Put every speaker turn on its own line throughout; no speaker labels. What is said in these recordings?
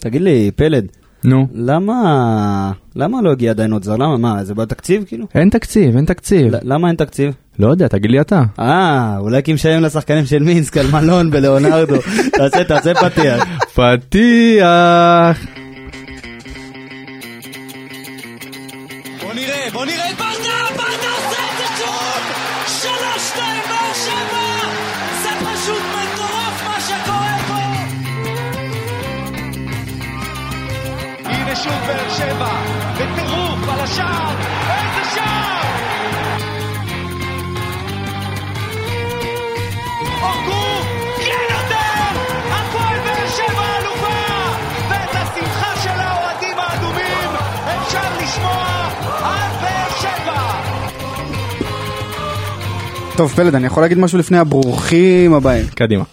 תגיד לי, פלד,
נו.
למה למה לא הגיע עדיין עוד זר? למה? מה, זה בתקציב כאילו?
אין תקציב, אין תקציב.
ל- למה אין תקציב?
לא יודע, תגיד לי אתה.
אה, אולי כי משלמים לשחקנים של מינסק על מלון ולאונרדו. תעשה, תעשה פתיח.
פתיח!
בוא נראה, בוא נראה, ברדה, ברדה עושה את זה שוב! שלוש, שתיים, באר שבע! זה פשוט מטורף מה שקורה פה! הנה שוב באר שבע, בטירוף על השער! איזה שער! הורגו! כן יותר! הפועל באר שבע אלופה! ואת השמחה של האוהדים האדומים אפשר לשמוע עד באר שבע!
טוב, פלד, אני יכול להגיד משהו לפני הברוכים הבאים.
קדימה.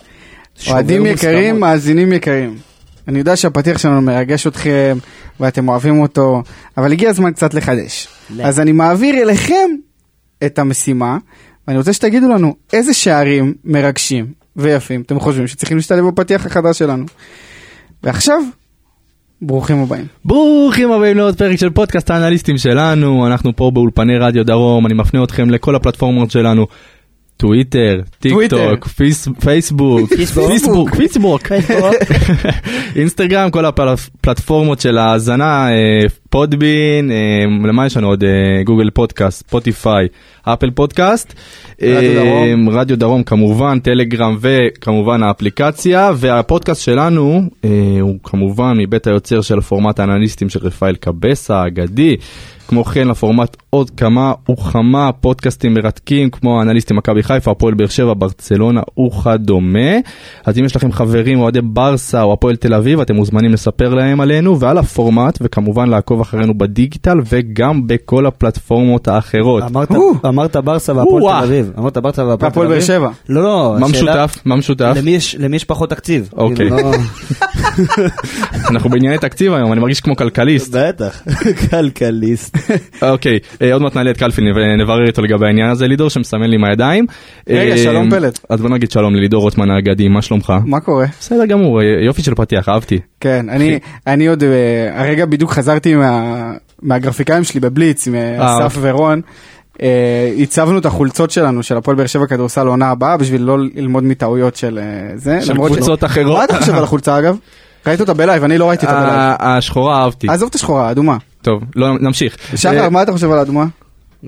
אוהדים
שובר
יקרים,
מוסכמות.
מאזינים יקרים. אני יודע שהפתיח שלנו מרגש אתכם, ואתם אוהבים אותו, אבל הגיע הזמן קצת לחדש.
לא.
אז אני מעביר אליכם את המשימה, ואני רוצה שתגידו לנו איזה שערים מרגשים ויפים אתם חושבים שצריכים להשתלב בפתיח החדש שלנו. ועכשיו, ברוכים הבאים.
ברוכים הבאים לעוד פרק של פודקאסט האנליסטים שלנו, אנחנו פה באולפני רדיו דרום, אני מפנה אתכם לכל הפלטפורמות שלנו. טוויטר, טיק
טוויטר.
טוק, פיס- פייסבוק,
פיסבוק.
פיסבוק, פיסבוק,
פייסבוק.
אינסטגרם, כל הפלטפורמות של ההאזנה, אה, פודבין, אה, למה יש לנו עוד? אה, גוגל פודקאסט, ספוטיפיי, אפל פודקאסט,
רדיו
אה,
דרום.
רדיו דרום כמובן, טלגרם וכמובן האפליקציה, והפודקאסט שלנו אה, הוא כמובן מבית היוצר של הפורמט האנליסטים של רפאל קבסה האגדי. כמו כן לפורמט עוד כמה וכמה פודקאסטים מרתקים כמו האנליסטים מכבי חיפה, הפועל באר שבע, ברצלונה וכדומה. אז אם יש לכם חברים אוהדי ברסה או הפועל תל אביב אתם מוזמנים לספר להם עלינו ועל הפורמט וכמובן לעקוב אחרינו בדיגיטל וגם בכל הפלטפורמות האחרות.
אמרת-
או.
אמרת ברסה והפועל
או-אה.
תל אביב. אמרת ברסה והפועל תל אביב.
והפועל באר שבע.
לא, לא.
מה
השאלה-
משותף? מה משותף?
למי יש- למי יש פחות תקציב?
אוקיי.
כאילו, לא-
אנחנו בענייני תקציב היום, אני מרגיש כמו כלכליסט.
בטח, כלכליסט.
אוקיי, אה, עוד מעט נעלה את קלפין ונברר איתו לגבי העניין הזה, לידור שמסמן לי עם הידיים.
רגע,
אה,
שלום, פלד.
אז בוא נגיד שלום ללידור רוטמן האגדי, מה שלומך?
מה קורה?
בסדר גמור, אה, יופי של פתיח, אהבתי.
כן, אני, אני עוד, אה, הרגע בדיוק חזרתי מה, מהגרפיקאים שלי בבליץ, עם אה,
אה,
אסף ורון. אה, הצבנו את החולצות שלנו של הפועל באר שבע כדורסל לעונה הבאה בשביל לא ללמוד מטעויות של אה, זה.
של
למרות ש-
קבוצות
מה
אחרות. אה,
אתה חושב על החולצה אגב? ראית אותה בלייב, אני לא ראיתי אותה בלייב.
ה- השחורה אהבתי.
עזוב את השחורה, האדומה.
טוב, לא, נמשיך.
שחר,
אה,
מה אתה חושב על האדומה?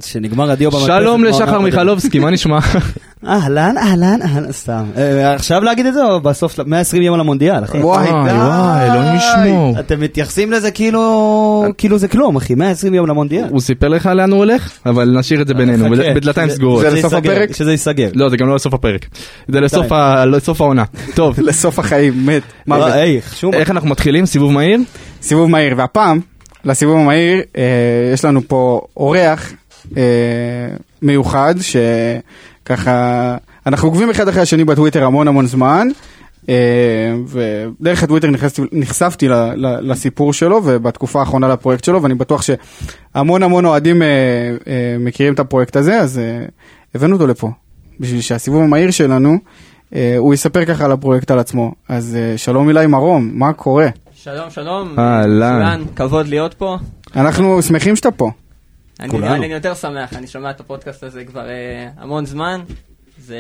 שנגמר הדיו במדפסת.
שלום
כמו
לשחר
העונה
מיכלובסקי, מה נשמע?
הקודמת. אהלן, אהלן, אהלן, סתם. אה, עכשיו להגיד את זה או בסוף 120 יום על המונדיאל, אחי? אה,
וואי,
וואי,
די.
וואי, אלוהים ישמור. אה,
אתם מתייחסים לזה כאילו כאילו זה כלום, אחי, 120 יום למונדיאל. אה,
הוא סיפר לך לאן הוא הולך? אבל נשאיר את זה בינינו,
חכה.
בד- בדלתיים
זה-
סגורות.
אה, זה לסוף
ייסגר,
הפרק?
שזה ייסגר.
לא, זה גם לא לסוף הפרק. זה לסוף ה- לסוף העונה. טוב,
לסוף החיים, מת. מוות.
אה,
לא, היי, שום...
איך אנחנו מתחילים? סיבוב מהיר?
סיבוב מהיר, והפעם, לסיבוב המהיר, אה, יש לנו פה אורח אה, מיוחד, שככה, אנחנו עוקבים אחד אחרי השני בטוויטר המון המון זמן, אה, ודרך הטוויטר נחשפתי, נחשפתי ל, ל, לסיפור שלו, ובתקופה האחרונה לפרויקט שלו, ואני בטוח שהמון המון אוהדים אה, אה, מכירים את הפרויקט הזה, אז אה, הבאנו אותו לפה, בשביל שהסיבוב המהיר שלנו, אה, הוא יספר ככה על הפרויקט על עצמו. אז אה, שלום אילי מרום, מה קורה?
שלום, שלום.
אהלן.
מצוין, כבוד להיות פה.
אנחנו שמחים שאתה פה.
אני
כולנו.
נראה לי אני יותר שמח, אני שומע את הפודקאסט הזה כבר אה, המון זמן. זה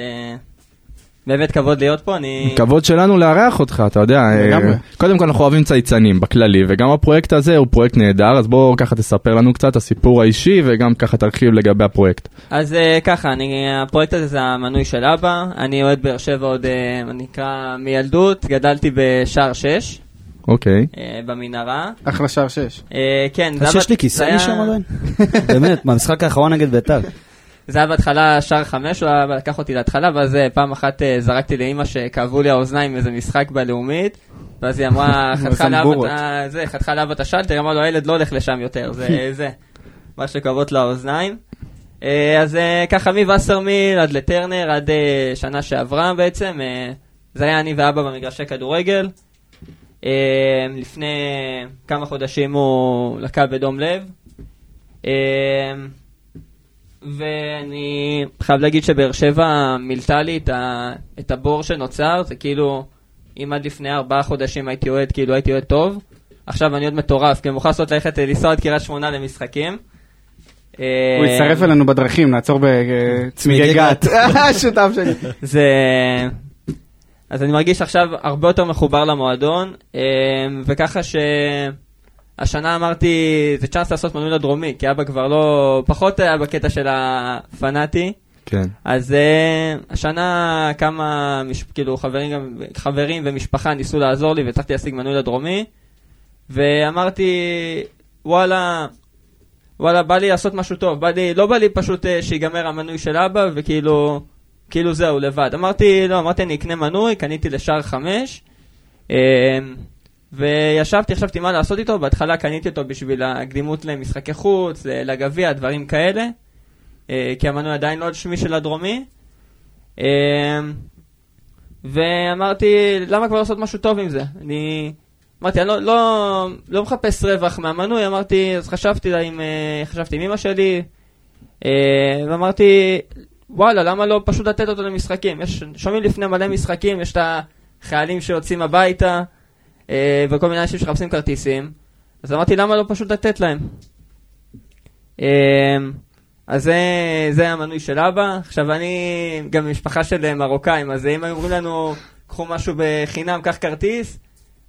באמת כבוד להיות פה, אני...
כבוד שלנו לארח אותך, אתה יודע. אה,
לגמרי.
קודם כל אנחנו אוהבים צייצנים בכללי, וגם הפרויקט הזה הוא פרויקט נהדר, אז בוא ככה תספר לנו קצת הסיפור האישי, וגם ככה תרחיב לגבי הפרויקט.
אז אה, ככה, אני, הפרויקט הזה זה המנוי של אבא, אני אוהד באר שבע עוד, אה, מה נקרא, מילדות, גדלתי בשער 6,
אוקיי.
במנהרה.
אחלה שער שש.
אה, כן,
אתה שיש לי כיסא
זה
משם
היה-
עדיין? באמת, במשחק האחרון נגד ביתר.
זה היה בהתחלה שער חמש, הוא היה לקח אותי להתחלה, ואז אה, פעם אחת אה, זרקתי לאימא שכאבו לי האוזניים איזה משחק בלאומית, ואז היא אמרה, חתכה לאבא
זמבורות.
את ה- זה, חתכה לאבא את השלטר, אמרה לו, הילד לא הולך לשם יותר, זה זה, מה שכואבות לו האוזניים. אה, אז אה, ככה מווסרמיל עד לטרנר, עד אה, שנה שעברה בעצם, אה, זה היה אני ואבא במגרשי כדורגל. אה, לפני כמה חודשים הוא לקה בדום לב. אה, ואני חייב להגיד שבאר שבע מילתה לי את, ה, את הבור שנוצר, זה כאילו, אם עד לפני ארבעה חודשים הייתי אוהד, כאילו הייתי אוהד טוב, עכשיו אני עוד מטורף, כי אני מוכן לעשות ללכת אה, לנסוע עד קריית שמונה למשחקים. אמ,
הוא
אה,
יצטרף אלינו בדרכים, נעצור בצמיגי גת. שותף שלי.
זה... אז אני מרגיש עכשיו הרבה יותר מחובר למועדון, אה, וככה שהשנה אמרתי, זה צ'אנס לעשות מנוי לדרומי, כי אבא כבר לא... פחות היה בקטע של הפנאטי.
כן.
אז אה, השנה כמה, מש... כאילו, חברים, גם... חברים ומשפחה ניסו לעזור לי, והצלחתי להשיג מנוי לדרומי, ואמרתי, וואלה, וואלה, בא לי לעשות משהו טוב, בא לי, לא בא לי פשוט אה, שיגמר המנוי של אבא, וכאילו, כאילו זהו, לבד. אמרתי, לא, אמרתי אני אקנה מנוי, קניתי לשער חמש, אה, וישבתי, חשבתי מה לעשות איתו, בהתחלה קניתי אותו בשביל הקדימות למשחקי חוץ, ל- לגביע, דברים כאלה, אה, כי המנוי עדיין לא על שמי של הדרומי. אה, ואמרתי, למה כבר לעשות משהו טוב עם זה? אני... אמרתי, אני לא, לא, לא מחפש רווח מהמנוי, אמרתי, אז חשבתי לה עם, אה, חשבתי עם אמא שלי, אה, ואמרתי, וואלה, למה לא פשוט לתת אותו למשחקים? יש, שומעים לפני מלא משחקים, יש את החיילים שיוצאים הביתה, אה, וכל מיני אנשים שמחפשים כרטיסים, אז אמרתי, למה לא פשוט לתת להם? אה, אז זה, זה המנוי של אבא. עכשיו, אני גם משפחה של אה, מרוקאים, אז אם היו אומרים לנו, קחו משהו בחינם, קח כרטיס,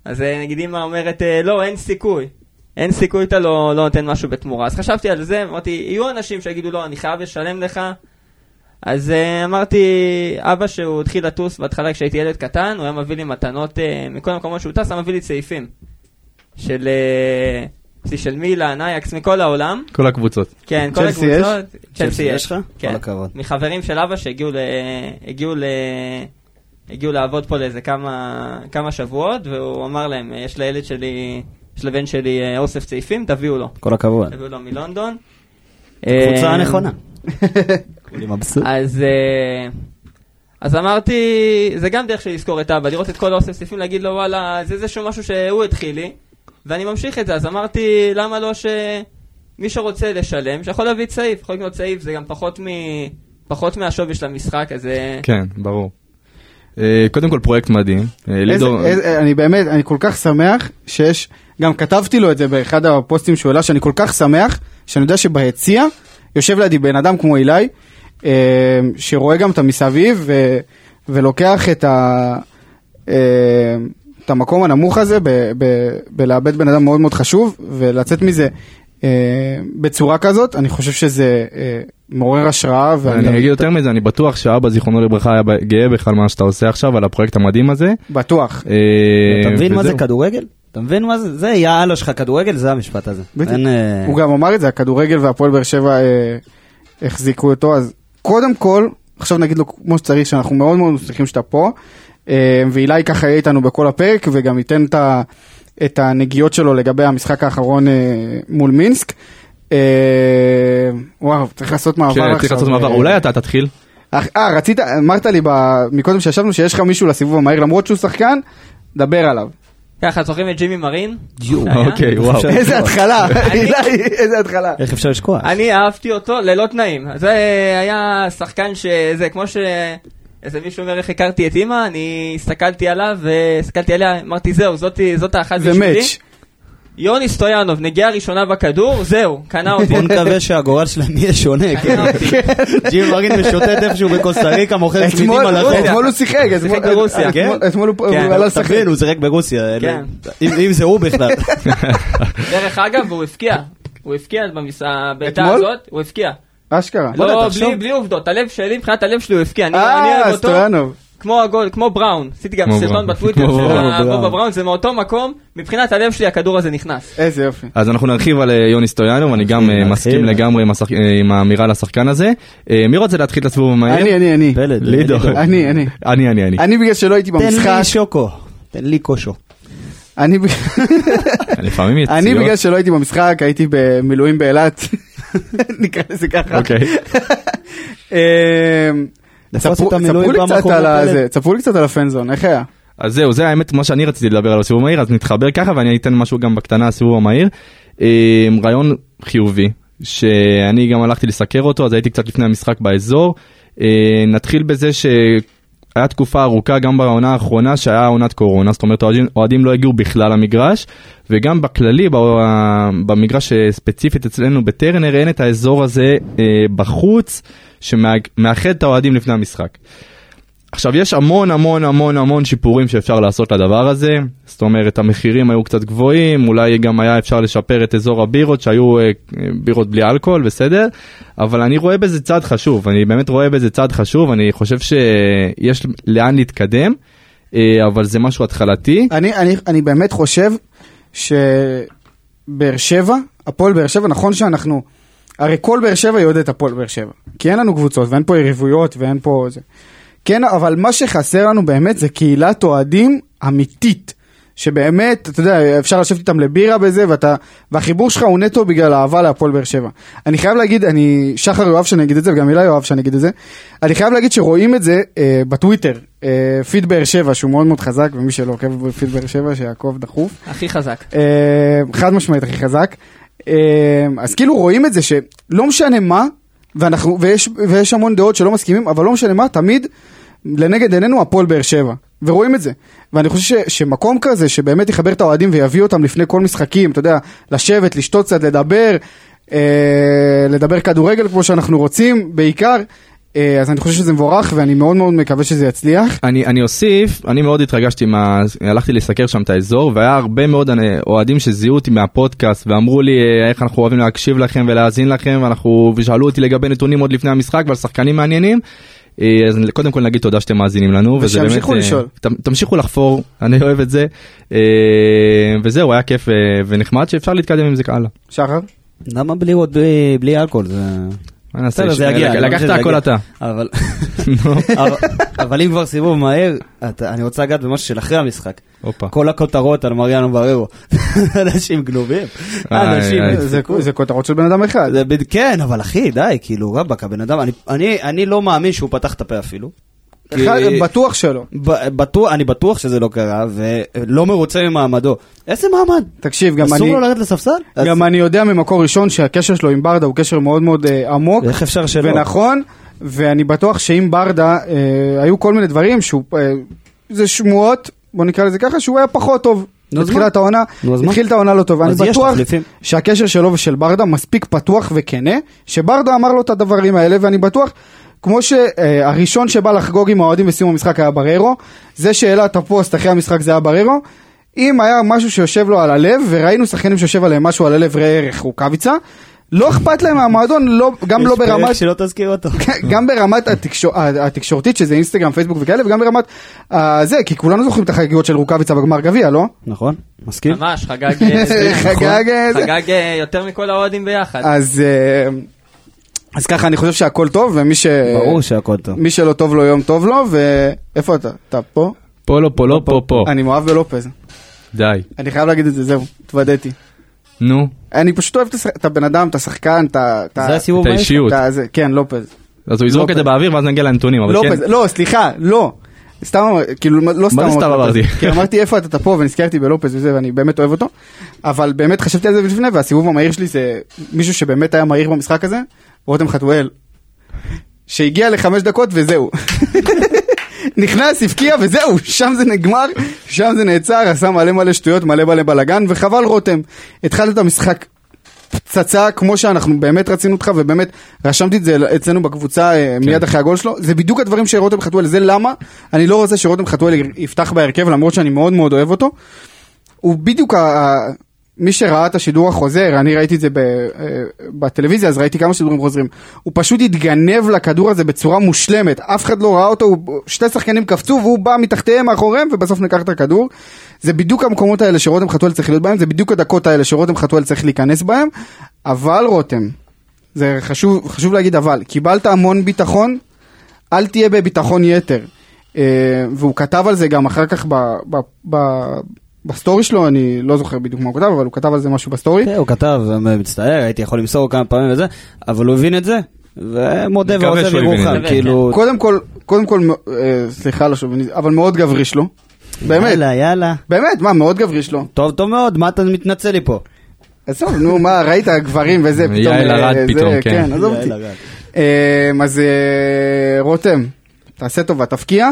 אז אה, נגיד אמא אומרת, אה, לא, אין סיכוי. אין סיכוי, אתה לא, לא נותן משהו בתמורה. אז חשבתי על זה, אמרתי, יהיו אנשים שיגידו, לא, אני חייב לשלם לך. אז אה, אמרתי, אבא שהוא התחיל לטוס בהתחלה כשהייתי ילד קטן, הוא היה מביא לי מתנות, אה, מכל המקומות שהוא טס, היה מביא לי צעיפים. של, אה, של מילאן, אייקס, מכל העולם.
כל הקבוצות.
כן, כל
צ'לסי יש?
הקבוצות. צ'לסי יש
לך?
כן.
כל הכבוד.
מחברים של אבא שהגיעו ל... הגיעו ל... הגיעו לעבוד פה לאיזה כמה, כמה שבועות, והוא אמר להם, יש לילד שלי, יש לבן שלי אה, אוסף צעיפים, תביאו לו.
כל הכבוד.
תביאו לו מלונדון.
קבוצה
אה,
נכונה. אני מבסוט.
אז, אה, אז אמרתי, זה גם דרך של לזכור את אבא, לראות את כל האוסף סעיפים, להגיד לו וואלה, זה איזשהו משהו שהוא התחיל לי, ואני ממשיך את זה, אז אמרתי, למה לא שמי שרוצה לשלם, שיכול להביא צעיף, יכול לקנות צעיף, זה גם פחות, מ... פחות מהשווי של המשחק, אז זה...
כן, ברור. אה, קודם כל פרויקט מדהים. אה, לידור,
איזה- איזה- אני באמת, אני כל כך שמח שיש, גם כתבתי לו את זה באחד הפוסטים שהוא העלה, שאני כל כך שמח, שאני יודע שביציע יושב לידי בן אדם כמו אילי, אה, שרואה גם את המסביב ו- ולוקח את ה... אה, את המקום הנמוך הזה ב- ב- בלאבד בן אדם מאוד מאוד חשוב ולצאת מזה אה, בצורה כזאת, אני חושב שזה אה, מעורר השראה. ואני-
אה, אני אגיד יותר מזה, אני בטוח שאבא זיכרונו לברכה היה גאה בך על מה שאתה עושה עכשיו, על הפרויקט המדהים הזה.
בטוח.
אה,
אתה מבין מה זה
וזהו.
כדורגל? אתה מבין מה זה? זה יאללה שלך כדורגל, זה המשפט הזה.
בדיוק.
אין, אה,
הוא גם אמר את זה, הכדורגל והפועל באר שבע אה, החזיקו אותו, אז קודם כל, עכשיו נגיד לו כמו שצריך, שאנחנו מאוד מאוד מצליחים שאתה פה, אה, ואילי ככה יהיה איתנו בכל הפרק, וגם ייתן את, ה, את הנגיעות שלו לגבי המשחק האחרון אה, מול מינסק. אה, וואו, צריך לעשות מעבר
כן,
עכשיו.
צריך לעשות מעבר.
אה,
אולי אתה תתחיל?
אך- אה, רצית, אמרת לי ב- מקודם שישבנו שיש לך מישהו לסיבוב המהיר, למרות שהוא שחקן, דבר עליו.
ככה, זוכרים את ג'ימי מרין?
יואו.
היה?
אוקיי, וואו.
אפשר-
איזה התחלה, אילי, איזה התחלה.
איך אפשר לשכוח?
אה,
אני אהבתי אותו ללא תנאים. זה היה שחקן שזה, כמו ש... איזה מישהו אומר איך הכרתי את אימא, אני הסתכלתי עליו, והסתכלתי עליה, אמרתי זהו, זאתי- זאת האחת
זה
בשבילי.
מאץ'.
יוני סטויאנוב, נגיעה ראשונה בכדור, זהו, קנה אותי. אוקיי.
בוא נקווה שהגורל שלהם יהיה שונה, כן. ג'ים מרין משוטט איפשהו בקוסטה ריקה, מוכר צמידים
אתמול
על הרחוב.
אתמול הוא שיחק, אתמול-
שיחק ברוסיה.
אתמול-
כן?
אתמול הוא הוא לא
כן,
עלה
אתה
לשחק.
מבין, הוא זירק ברוסיה, אלה-
כן.
אם אם זה הוא בכלל.
דרך אגב, והוא הבקיע. הוא הבקיע בבעיטה
אתמול?
הזאת, הוא הבקיע.
אשכרה.
לא,
תחשוב.
בלי- בלי עובדות, הלב שלי, מבחינת הלב שלי הוא הבקיע. אני אני אוהב
אה,
אותו,
סטויאנוב.
כמו הגול, כמו בראון. עשיתי גם
כמו
סרטון
בראון.
בטוויטר
כמו
של
בראון.
ה- בובה בראון, זה מאותו מקום, מבחינת הלב שלי הכדור הזה נכנס.
איזה יופי.
אז אנחנו נרחיב על אה, יוני סטויאנו, ואני גם אה,
נרחיב.
מסכים לגמרי עם השח- אה, עם האמירה על השחקן הזה. אה, מי רוצה להתחיל את הסיבוב המהיר?
אני, אני, אני.
פלד.
לידו.
אני, אני.
אני, אני, אני.
אני בגלל שלא הייתי
תן
במשחק,
לי שוקו. תן לי קושו.
אני בג-
לפעמים יציאות.
אני בגלל שלא הייתי במשחק, הייתי במילואים באילת, נקרא לזה ככה.
אוקיי.
אמ,
נפוץ
ספרו-
את המילואים
ספרו לי
פעם
קצת
אחרונה,
על
פלד.
הזה, ספרו לי קצת על הפנזון, איך היה?
אז זהו, זה האמת מה שאני רציתי לדבר על הסיבוב המהיר, אז נתחבר ככה ואני אתן משהו גם בקטנה הסיבוב המהיר. אה, רעיון חיובי, שאני גם הלכתי לסקר אותו, אז הייתי קצת לפני המשחק באזור. אה, נתחיל אמ, בזה ש... היה תקופה ארוכה גם בעונה האחרונה שהיה עונת קורונה, זאת אומרת האוהדים- האוהדים לא הגיעו בכלל למגרש, וגם בכללי, בא- במגרש אה, ספציפית אצלנו בטרנר, אין את האזור הזה אה, בחוץ שמאחד את האוהדים לפני המשחק. עכשיו יש המון המון המון המון שיפורים שאפשר לעשות לדבר הזה, זאת אומרת המחירים היו קצת גבוהים, אולי גם היה אפשר לשפר את אזור הבירות שהיו אה, אה, בירות בלי אלכוהול, בסדר, אבל אני רואה בזה צעד חשוב, אני באמת רואה בזה צעד חשוב, אני חושב שיש לאן להתקדם, אה, אבל זה משהו התחלתי.
אני, אני, אני באמת חושב שבאר שבע, הפועל באר שבע, נכון שאנחנו, הרי כל באר שבע יועד את הפועל באר שבע. כי אין לנו קבוצות ואין פה יריבויות ואין פה זה. כן, אבל מה שחסר לנו באמת זה קהילת אוהדים אמיתית. שבאמת, אתה יודע, אפשר לשבת איתם לבירה בזה, ואתה, והחיבור שלך הוא נטו בגלל האהבה להפועל באר שבע. אני חייב להגיד, אני, שחר יואב שאני אגיד את זה, וגם הילה יואב שאני אגיד את זה, אני חייב להגיד שרואים את זה אה, בטוויטר, אה, פיד באר שבע, שהוא מאוד מאוד חזק, ומי שלא עוקב בפיד באר שבע, שיעקב דחוף.
הכי חזק.
אה, חד משמעית הכי חזק. אה, אז כאילו רואים את זה שלא משנה מה, ואנחנו, ויש, ויש המון דעות שלא מסכימים, אבל לא משנה מה, תמיד לנגד עינינו הפועל באר שבע. ורואים את זה. ואני חושב ש, שמקום כזה, שבאמת יחבר את האוהדים ויביא אותם לפני כל משחקים, אתה יודע, לשבת, לשתות קצת, לדבר, אה, לדבר כדורגל כמו שאנחנו רוצים, בעיקר, אה, אז אני חושב שזה מבורך, ואני מאוד מאוד מקווה שזה יצליח.
אני, אני אוסיף, אני מאוד התרגשתי, מה, הלכתי לסקר שם את האזור והיה הרבה מאוד אני- אוהדים שזיהו אותי מהפודקאסט ואמרו לי "אה, איך אנחנו אוהבים להקשיב לכם ולהאזין לכם ואנחנו, ושאלו אותי לגבי נתונים עוד לפני המשחק ועל שחקנים מעניינים. אה, אז קודם כל נגיד תודה שאתם מאזינים לנו. וזה באמת,
ושימשיכו
אה,
לשאול.
ת, תמשיכו לחפור, אני אוהב את זה. אה, וזהו, היה כיף אה, ונחמד שאפשר להתקדם עם זה הלאה.
שחר?
למה בלי עוד בלי- בלי אלכוהול? זה...
מה נעשה?
בסדר, זה
אה,
יגיע. אני חושב
לקחת
שזה
הכל
יגיע.
אתה.
לא אבל...
נו,
אבל- אבל אם כבר סיבוב מהר, אתה- אני רוצה לגעת במשהו של אחרי המשחק.
הופה.
כל הכותרות על מריאנו בררו. אנשים גנובים.
איי,
אנשים...
איי.
זה, זה כותרות של בן אדם אחד.
זה בד- כן, אבל אחי, די, כאילו, רבאק, הבן אדם, אני- אני- אני לא מאמין שהוא פתח את הפה אפילו.
אחד,
כי-
בטוח שלא.
ב- בטוח, אני בטוח שזה לא קרה, ולא מרוצה ממעמדו. איזה מעמד?
תקשיב, גם
אסור
אני,
לו לרדת לספסל? אז-
גם אני יודע ממקור ראשון שהקשר שלו עם ברדה הוא קשר מאוד מאוד אה, עמוק
איך אפשר שלא?
ונכון, ואני בטוח שעם ברדה אה, היו כל מיני דברים שהוא, אה, זה שמועות, בוא נקרא לזה ככה, שהוא היה פחות טוב.
נו, אז מה?
בתחילת העונה,
נו, אז מה?
התחיל את העונה לא טוב, אני
אז יש
בטוח
תחליפים.
שהקשר שלו ושל ברדה מספיק פתוח וכנה, שברדה אמר לו את הדברים האלה, ואני בטוח, כמו שהראשון שבא לחגוג עם האוהדים בסיום המשחק היה בררו, זה שהעלה את הפוסט אחרי המשחק זה היה בררו, אם היה משהו שיושב לו על הלב, וראינו שחקנים שיושב עליהם משהו על הלב, ראה ערך רוקאביצה, לא אכפת להם מהמועדון, לא, גם לא
יש
ברמת...
פרק שלא תזכיר אותו.
כן, גם ברמת התקשור... התקשורתית שזה אינסטגרם פייסבוק וכאלה וגם ברמת אה, זה כי כולנו זוכרים את החגיגות של רוקאביצה בגמר גביע לא?
נכון, מסכים?
ממש, חגג... אה, זה,
חגג אה, זה.
חגג אה, יותר מכל האוהדים ביחד.
אז אה, אז ככה אני חושב שהכל טוב ומי ש...
ברור שהכל טוב.
מי שלא טוב לו יום טוב לו ואיפה אתה? אתה פה?
פה לא פה לא פה פה.
אני מאוהב בלופז
די.
אני חייב להגיד את זה זהו התוודעתי
נו.
אני פשוט אוהב את השח- את הבן אדם את השחקן את ה... את ה-
זה הסיבוב
את
מהיר שלך.
האישיות.
את ה- זה- כן לופז
אז הוא יזרוק את זה באוויר ואז נגיע לנתונים. אבל כן.
לופז, לא, סליחה, לא. סתם, אמר- כאילו, לא סתם
סתם
אמרתי
אמרתי?
לופז. כי אמרתי איפה אתה, אתה פה, ונזכרתי בלופז וזה, ואני באמת אוהב אותו. אבל באמת חשבתי על זה לפני, והסיבוב המהיר שלי זה מישהו שבאמת היה מהיר במשחק הזה, רותם חתואל. שהגיע לחמש דקות וזהו. נכנס, הבקיע וזהו, שם זה נגמר, שם זה נעצר, עשה מלא מלא שטויות, מלא מלא בלאגן, וחבל רותם. התחלת את המשחק פצצה כמו שאנחנו באמת רצינו אותך ובאמת רשמתי את זה אצלנו בקבוצה אה, מיד אחרי הגול שלו זה בדיוק הדברים שרותם חתואל זה למה אני לא רוצה שרותם חתואל יפתח בהרכב למרות שאני מאוד מאוד אוהב אותו. הוא בדיוק ה- ה- מי שראה את השידור החוזר אני ראיתי את זה ב- אה, בטלוויזיה אז ראיתי כמה שידורים חוזרים הוא פשוט התגנב לכדור הזה בצורה מושלמת אף אחד לא ראה אותו הוא- שתי שחקנים קפצו והוא בא מתחתיהם מאחוריהם ובסוף ניקח את הכדור זה בדיוק המקומות האלה שרותם חתואל צריך להיות בהם זה בדיוק הדקות האלה שרותם חתואל צריך להיכנס בהם אבל רותם זה חשוב חשוב להגיד אבל קיבלת המון ביטחון אל תהיה בביטחון יתר. אה, והוא כתב על זה גם אחר כך ב, ב, ב, בסטורי שלו, אני לא זוכר בדיוק מה הוא כתב, אבל הוא כתב על זה משהו בסטורי.
כן, הוא כתב, מצטער, הייתי יכול למסור כמה פעמים וזה, אבל הוא הבין את זה, ומודה
מקווה
ועוזב
שהוא הבין את
ירוחם,
זה.
כאילו...
קודם כן. כל, קודם כל, אה, סליחה על השוביניזם, אבל מאוד גברי שלו. באמת,
יאללה, יאללה.
באמת, מה, מאוד גברי שלו.
טוב, טוב מאוד, מה אתה מתנצל לי פה?
עזוב, נו, מה, ראית גברים וזה, פתאום...
יעל
אה,
ארד
זה,
פתאום, כן.
כן, עזוב אותי.
יאללה, יאללה.
אה, אז אה, רותם, תעשה טובה, תפקיע,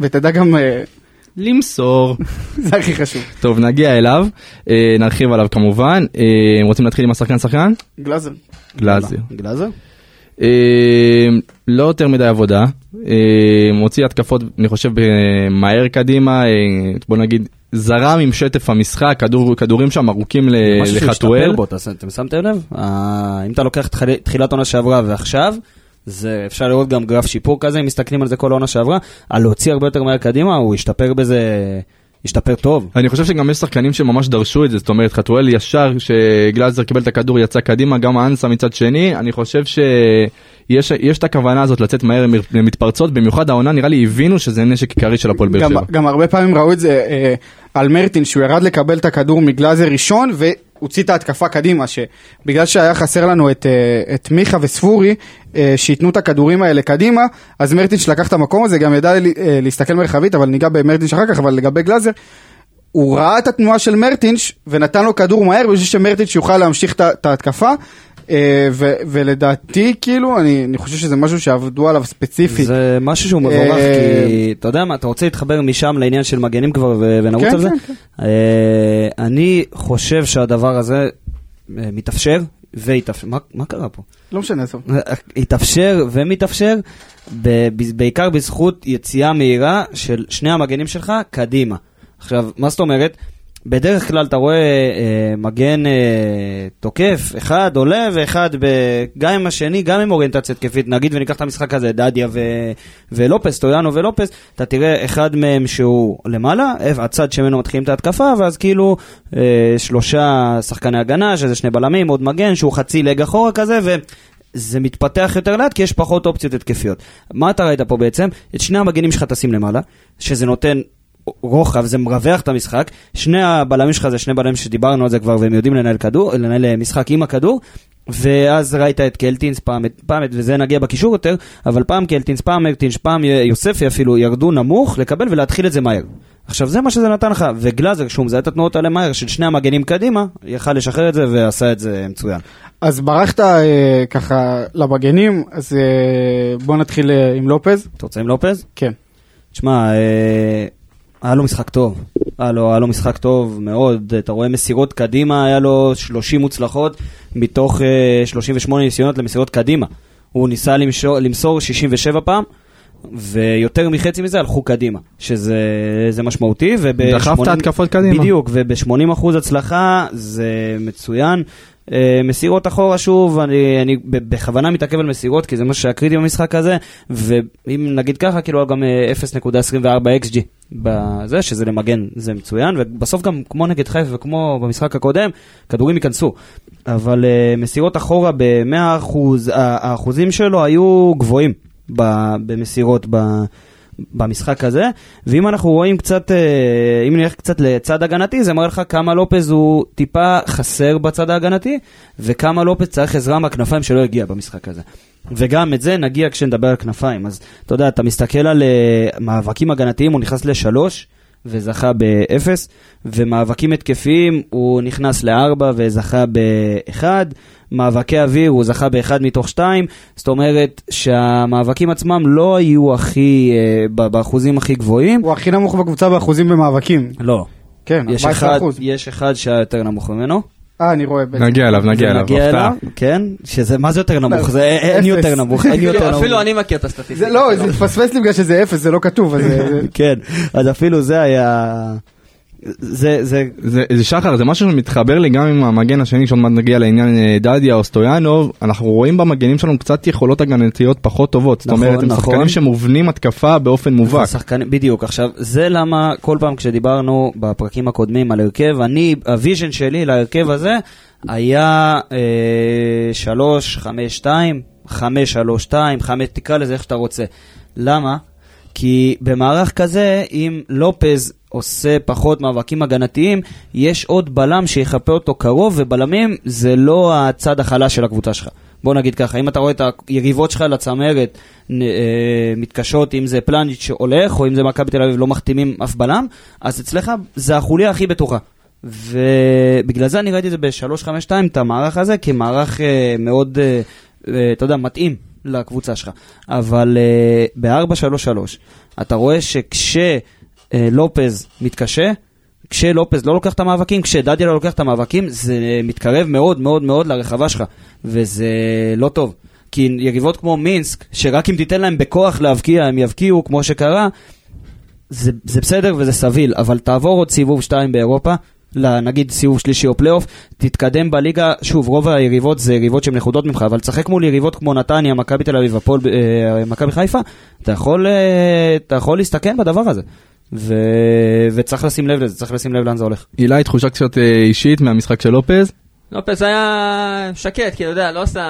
ותדע גם, אה,
למסור.
זה הכי חשוב.
טוב, נגיע אליו, אה, נרחיב עליו כמובן. אה, רוצים להתחיל עם השחקן שחקן?
גלאזר.
גלאזר.
גלאזר?
אה, לא יותר מדי עבודה, אה, מוציא התקפות, אני חושב, אה, מהר קדימה, אה, בוא נגיד, זרם עם שטף המשחק, כדור, כדורים שם ארוכים ל-
אה,
משהו
לחתואל.
שהשתפר בו, אתה- אתם שמתם לב? אה, אם אתה לוקח תחיל- תחילת עונה שעברה ועכשיו, זה אפשר לראות גם גרף שיפור כזה, אם מסתכלים על זה כל העונה שעברה, על להוציא הרבה יותר מהר קדימה, הוא השתפר בזה, השתפר טוב.
אני חושב שגם יש שחקנים שממש דרשו את זה, זאת אומרת, חתואל ישר, כשגלאזר קיבל את הכדור יצא קדימה, גם אנסה מצד שני, אני חושב שיש יש את הכוונה הזאת לצאת מהר למר- למתפרצות, במיוחד העונה נראה לי הבינו שזה נשק עיקרי של הפועל באר
גם-
שבע.
גם הרבה פעמים ראו את זה אה, על מרטין שהוא ירד לקבל את הכדור מגלאזר ראשון והוציא את ההתקפה קדימה שבגלל שהיה חסר לנו את, אה, את מיכה וספורי אה, שייתנו את הכדורים האלה קדימה אז מרטין שלקח את המקום הזה גם ידע לי- אה, להסתכל מרחבית אבל ניגע במרטין אחר כך אבל לגבי גלאזר הוא ראה את התנועה של מרטינש ונתן לו כדור מהר בשביל שמרטינש יוכל להמשיך את ה- את ההתקפה אה, ו- ולדעתי כאילו אני, אני חושב שזה משהו שעבדו עליו ספציפית
זה משהו שהוא מבורך,
אה,
כי אתה יודע מה, אתה רוצה להתחבר משם לעניין של מגנים כבר ו- ונרוץ
כן,
על זה?
כן,
אה, אני חושב שהדבר הזה אה, מתאפשר, והתאפשר, מה- מה קרה פה?
לא משנה עזוב.
התאפשר ומתאפשר, ב- ב- בעיקר בזכות יציאה מהירה של שני המגנים שלך קדימה. עכשיו, מה זאת אומרת? בדרך כלל אתה רואה אה, מגן אה, תוקף, אחד עולה ואחד ב... גם עם השני, גם עם אוריינטציה התקפית, נגיד וניקח את המשחק הזה, דדיה ו... ולופס, טויאנו ולופס, אתה תראה אחד מהם שהוא למעלה, אה, הצד שממנו מתחילים את ההתקפה, ואז כאילו אה, שלושה שחקני הגנה, שזה שני בלמים, עוד מגן, שהוא חצי לג אחורה כזה, ו... זה מתפתח יותר לאט כי יש פחות אופציות התקפיות. מה אתה ראית פה בעצם? את שני המגנים שלך טסים למעלה, שזה נותן רוחב, זה מרווח את המשחק. שני הבלמים שלך זה שני בלמים שדיברנו על זה כבר והם יודעים לנהל, כדור, לנהל אה, משחק עם הכדור. ואז ראית את קלטינס פעם, את- פעם, את- וזה נגיע בקישור יותר, אבל פעם קלטינס, פעם מרטינש, פעם יוספי אפילו ירדו נמוך לקבל ולהתחיל את זה מהר. עכשיו זה מה שזה נתן לך, וגלאזר כשהוא מזהה את התנועות האלה מהר של שני המגנים קדימה, יכל לשחרר את זה ועשה את זה מצוין.
אז ברחת אה, ככה למגנים, אז אה, בוא נתחיל אה, עם לופז.
אתה רוצה עם לופז?
כן.
תשמע, אה, היה לו משחק טוב. היה לו, היה לו משחק טוב מאוד. אתה רואה מסירות קדימה, היה לו 30 מוצלחות מתוך אה, 38 ניסיונות למסירות קדימה. הוא ניסה למשור, למסור 67 פעם. ויותר מחצי מזה הלכו קדימה, שזה זה משמעותי. וב-
דחף את
80
ההתקפות קדימה.
בדיוק, וב-80% הצלחה זה מצוין. אה, מסירות אחורה שוב, אני, אני ב- בכוונה מתעכב על מסירות, כי זה מה שהיה קריטי במשחק הזה, ואם נגיד ככה, כאילו היה גם אה, 0.24 XG בזה, שזה למגן, זה מצוין, ובסוף גם כמו נגד חיפה וכמו במשחק הקודם, כדורים ייכנסו. אבל אה, מסירות אחורה ב-100%, האחוזים שלו היו גבוהים ב- במסירות. ב- במשחק הזה, ואם אנחנו רואים קצת, אה, אם נלך קצת לצד הגנתי, זה מראה לך כמה לופז הוא טיפה חסר בצד ההגנתי, וכמה לופז צריך עזרה מהכנפיים שלא הגיע במשחק הזה. וגם את זה נגיע כשנדבר על כנפיים, אז אתה יודע, אתה מסתכל על אה, מאבקים הגנתיים, הוא נכנס לשלוש. וזכה באפס, ומאבקים התקפיים הוא נכנס לארבע וזכה באחד, מאבקי אוויר הוא זכה באחד מתוך שתיים, זאת אומרת שהמאבקים עצמם לא היו הכי, אה, ב- באחוזים הכי גבוהים.
הוא הכי נמוך בקבוצה באחוזים במאבקים.
לא.
כן,
יש
14%.
אחד, יש אחד שהיה יותר נמוך ממנו.
אה, אני רואה. בעצם.
נגיע אליו, נגיע אליו,
ונגיע
הפתעה.
אליו, כן, שזה, מה זה יותר נמוך? זה, אין אין
אפס.
יותר נמוך, אין
אפילו-
יותר נמוך.
אפילו אני מכיר את הסטטיסטיקה.
לא- זה לא,
שלו.
זה התפספס לי בגלל שזה אפס, זה לא כתוב. אז, אה,
כן, אז אפילו זה היה... זה, זה,
זה, זה שחר, זה משהו שמתחבר לי גם עם המגן השני, כשעוד מעט נגיע לעניין אה, דדיה או סטויאנוב, אנחנו רואים במגנים שלנו קצת יכולות הגנתיות פחות טובות. זאת
נכון,
אומרת, הם
נכון.
שחקנים שמובנים התקפה באופן מובהק.
השחקנים, בדיוק, עכשיו, זה למה כל פעם כשדיברנו בפרקים הקודמים על הרכב, אני, הוויז'ן שלי להרכב הזה היה אה, 3, 5, 2, 5, 3, 2, 5, תקרא לזה איך שאתה רוצה. למה? כי במערך כזה, אם לופז עושה פחות מאבקים הגנתיים, יש עוד בלם שיחפה אותו קרוב, ובלמים זה לא הצד החלש של הקבוצה שלך. בוא נגיד ככה, אם אתה רואה את היריבות שלך לצמרת נ- אה, מתקשות, אם זה פלניץ' שהולך, או אם זה מכבי תל אביב לא מחתימים אף בלם, אז אצלך זה החוליה הכי בטוחה. ובגלל זה אני ראיתי את זה ב-352, את המערך הזה, כמערך אה, מאוד, אה, אה, אתה יודע, מתאים לקבוצה שלך. אבל אה, ב-4-3-3, אתה רואה שכשלופז מתקשה, כשלופז לא לוקח את המאבקים, כשדדיה לא לוקח את המאבקים, זה מתקרב מאוד מאוד מאוד לרחבה שלך, וזה לא טוב. כי יריבות כמו מינסק, שרק אם תיתן להם בכוח להבקיע, הם יבקיעו, כמו שקרה, זה, זה בסדר וזה סביל, אבל תעבור עוד סיבוב 2 באירופה, ל- נגיד סיבוב שלישי או פלייאוף, תתקדם בליגה, שוב, רוב היריבות זה יריבות שהן נכודות ממך, אבל תשחק מול יריבות כמו נתניה, מכבי תל אביב, הפועל, ב- אה, מכבי חיפה, אתה יכול, אה, אתה יכול להסתכן בדבר הזה. ו... וצריך לשים לב לזה, צריך לשים לב לאן זה הולך.
אילי, תחושה קצת אה, אישית מהמשחק של לופז?
לופס היה שקט, כאילו, אתה יודע, לא עשה,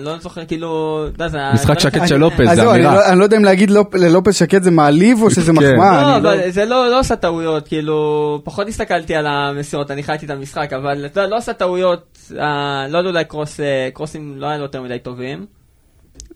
לא זוכר, כאילו, אתה יודע, זה... היה-
משחק שקט של לופז,
אז
זה
זהו, אני
אמירה.
לא- אני לא יודע אם להגיד לופ- ללופז שקד זה מעליב או
כן.
שזה מחמאה.
לא,
אני לא-
אבל זה לא לא עשה טעויות, כאילו, פחות הסתכלתי על המסירות, אני חייתי את המשחק, אבל אתה יודע, לא עשה טעויות, אה, לא יודע, אולי קרוס, אה, קרוסים לא היה לו יותר מדי טובים.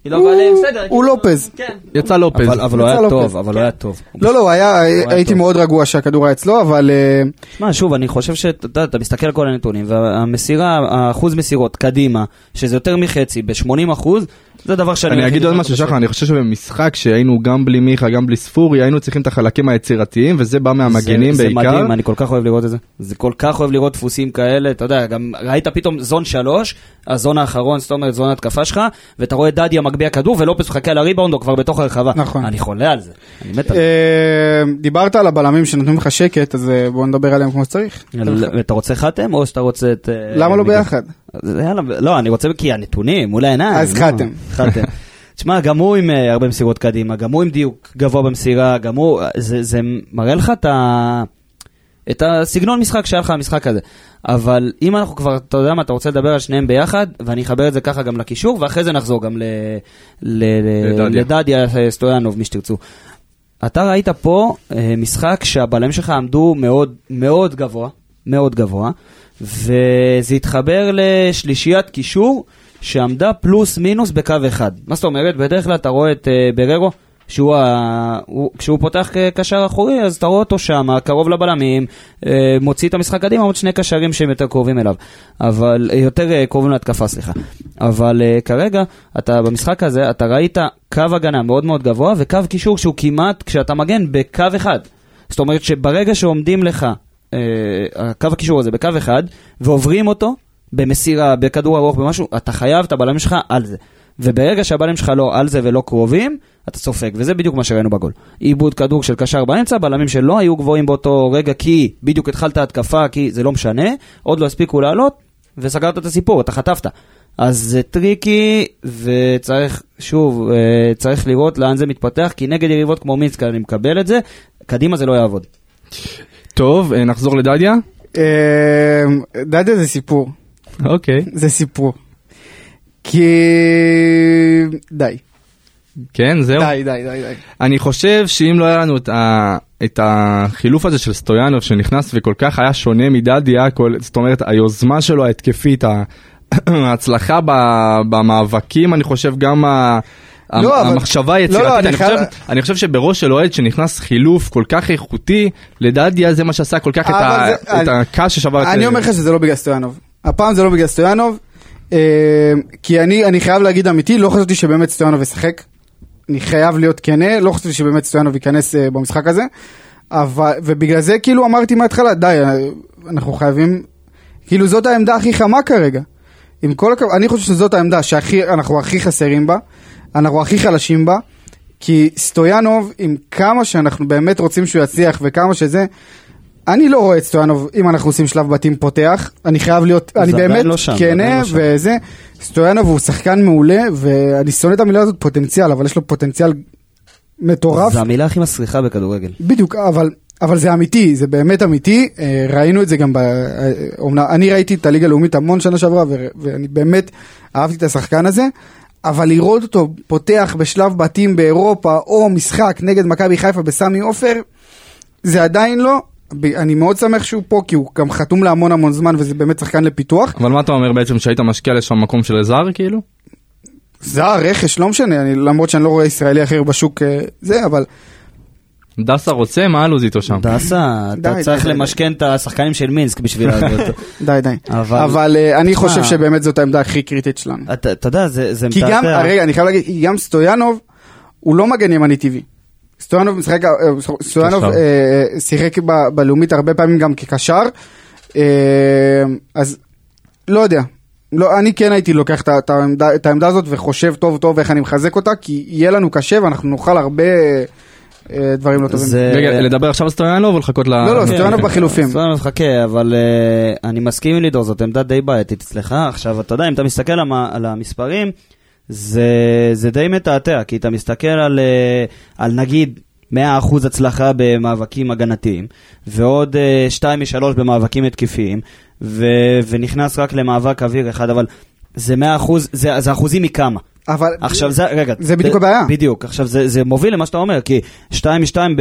כאילו,
הוא-
אבל אה, בסדר.
הוא
כאילו,
לופז.
כן.
יצא לופז.
אבל, אבל הוא
יצא
היה
לופז.
טוב, אבל הוא היה טוב.
לא, לא, הוא היה,
היה
הייתי
טוב.
מאוד רגוע שהכדור היה אצלו, אבל אה,
שמע, שוב, אני חושב שאתה יודע, אתה מסתכל על כל הנתונים, והמסירה, האחוז מסירות קדימה, שזה יותר מחצי, ב-80 אחוז, זה דבר שאני...
אני
ראיתי
אגיד עוד משהו
בשנים.
שחר, אני חושב שבמשחק שהיינו גם בלי מיכה, גם בלי ספורי, היינו צריכים את החלקים היצירתיים, וזה בא מהמגנים
זה, זה
בעיקר.
מדהים, אני כל כך אוהב לראות את זה. זה כל כך אוהב לראות דפוסים כאלה, אתה יודע, גם ראית פתאום זון שלוש, הזון האחרון, זאת אומרת זון ההתקפה שלך, ואתה רואה דדיה מגביה כדור, ולופס מחכה לריבאונד, הוא כבר בתוך הרחבה.
נכון.
אני חולה על זה, אני מת על זה.
אה, דיברת על הבלמים שנתנו לך שקט, אז אה, בוא נדבר עליהם כמו שצריך.
אבל אתה רוצה חתם או שאתה רוצה את... אה,
אה, למה לא
מיגל?
ביחד?
אז יאללה, לא, אני רוצה, כי הנתונים מול העיניים.
אז
לא.
חתם.
חתם. תשמע, גם הוא עם אה, הרבה מסירות קדימה, גם הוא עם דיוק גבוה במסירה, גם הוא, אה, זה, זה מראה לך את, ה... את הסגנון משחק שהיה לך המשחק הזה. אבל אם אנחנו כבר, אתה יודע מה, אתה רוצה לדבר על שניהם ביחד, ואני אחבר את זה ככה גם לקישור, ואחרי זה נחזור גם ל... ל...
לדדיה.
לדדיה אה, סטויאנוב, מי שתרצו. אתה ראית פה אה, משחק שהבלמים שלך עמדו מאוד מאוד גבוה, מאוד גבוה, וזה התחבר לשלישיית קישור שעמדה פלוס מינוס בקו אחד. מה זאת אומרת? בדרך כלל אתה רואה את אה, בררו, שהוא ה... הוא, כשהוא פותח אה, קשר אחורי, אז אתה רואה אותו שם, קרוב לבלמים, אה, מוציא את המשחק קדימה, עוד שני קשרים שהם יותר קרובים אליו. אבל, אה, יותר אה, קרובים להתקפה, סליחה. אבל אה, כרגע, אתה במשחק הזה, אתה ראית קו הגנה מאוד מאוד גבוה, וקו קישור שהוא כמעט, כשאתה מגן, בקו אחד. זאת אומרת שברגע שעומדים לך, אה, הקו הקישור הזה בקו אחד, ועוברים אותו, במסירה, בכדור ארוך, במשהו, אתה חייב את הבלמים שלך על זה. וברגע שהבלמים שלך לא על זה ולא קרובים, אתה סופג, וזה בדיוק מה שראינו בגול. עיבוד כדור של קשר באמצע, בלמים שלא היו גבוהים באותו רגע כי בדיוק התחלת התקפה, כי זה לא משנה, עוד לא הספיקו לעלות, וסגרת את הסיפור, אתה חטפת. אז זה טריקי, וצריך, שוב, אה, צריך לראות לאן זה מתפתח, כי נגד יריבות כמו מינסקה אני מקבל את זה, קדימה זה לא יעבוד.
טוב, אה, נחזור לדדיה?
אה, דדיה זה סיפור,
אוקיי.
זה סיפור. כי... די.
כן, זהו.
די, די, די, די.
אני חושב שאם לא היה לנו את, ה... את החילוף הזה של סטויאנוב שנכנס וכל כך היה שונה מדדיה, כל... זאת אומרת היוזמה שלו ההתקפית, ה- ההצלחה ב... במאבקים, אני חושב גם ה...
לא,
ה-
אבל-
המחשבה
לא, לא,
היצירתית,
אני
אני,
חייב-
חושב, אני חושב שבראש של אוהד שנכנס חילוף כל כך איכותי, לדדיה זה מה שעשה כל כך את,
אבל
ה...
זה-
את
אני-
הקש ששבר את...
אני אומר לך שזה לא בגלל סטויאנוב. הפעם זה לא בגלל סטויאנוב, אה, כי אני, אני חייב להגיד אמיתי, לא חשבתי שבאמת סטויאנוב ישחק. אני חייב להיות כנה, לא חשבתי שבאמת סטויאנוב ייכנס אה, במשחק הזה. אבל, ובגלל זה כאילו אמרתי מההתחלה, די, אה, אנחנו חייבים... כאילו זאת העמדה הכי חמה כרגע. עם כל הכבוד, אני חושב שזאת העמדה שאנחנו הכי חסרים בה, אנחנו הכי חלשים בה, כי סטויאנוב, עם כמה שאנחנו באמת רוצים שהוא יצליח וכמה שזה, אני לא רואה את סטויאנוב, אם אנחנו עושים שלב בתים פותח, אני חייב להיות, אני
עדיין
באמת
לא שם, זה עדיין
כנה
לא שם.
וזה, סטויאנוב הוא שחקן מעולה, ואני שונא את המילה הזאת פוטנציאל, אבל יש לו פוטנציאל מטורף.
זו המילה הכי מסריחה בכדורגל.
בדיוק, אבל, אבל זה אמיתי, זה באמת אמיתי, אה, ראינו את זה גם, ב- אה, אומנם, אני ראיתי את הליגה הלאומית המון שנה שעברה, ו, ואני באמת אהבתי את השחקן הזה, אבל לראות אותו פותח בשלב בתים באירופה, או משחק נגד מכבי חיפה בסמי עופר, זה עדיין לא. ב- אני מאוד שמח שהוא פה, כי הוא גם חתום להמון המון זמן, וזה באמת שחקן לפיתוח.
אבל מה אתה אומר בעצם שהיית משקיע לשם מקום של זר כאילו?
זר, רכש, לא משנה, אני, למרות שאני לא רואה ישראלי אחר בשוק אה, זה, אבל
דסה רוצה, מה הלוזיטו שם?
דסה, אתה
די,
צריך
די, די.
למשכן את השחקנים של מינסק בשביל להביא אותו.
די, די.
אבל-
אבל אה, אני
תשמע-
חושב שבאמת זאת העמדה הכי קריטית שלנו.
אתה אתה יודע, זה זה
כי גם,
מתעתע.
רגע, אני חייב להגיד, כי גם סטויאנוב הוא לא מגן ימני טבעי. סטויאנוב משחק, אה, סטויאנוב
קשר.
אה, שיחק ב- בלאומית הרבה פעמים גם כקשר, אה, אז לא יודע. לא, אני כן הייתי לוקח את ה- את העמדה, את העמדה הזאת וחושב טוב טוב איך אני מחזק אותה, כי יהיה לנו קשה ואנחנו נאכל הרבה אה, דברים לא טובים.
זה-
רגע, לדבר עכשיו על סטויאנוב או לחכות ל...
לא, לא,
כן,
סטויאנוב
כן.
בחילופים.
סבבה, חכה, אבל אה, אני מסכים עם לידור, זאת עמדה די בעייתית אצלך. עכשיו, אתה יודע, אם אתה מסתכל על המ- על המספרים, זה זה די מתעתע, כי אתה מסתכל על אה, על נגיד 100% הצלחה במאבקים הגנתיים, ועוד 2 מ-3 במאבקים התקפיים, ו- ונכנס רק למאבק אוויר אחד, אבל זה 100%, זה זה אחוזים מכמה.
אבל
עכשיו זה, רגע.
זה בדיוק הבעיה.
בדיוק, עכשיו זה, זה מוביל למה שאתה אומר, כי 2-2 ב-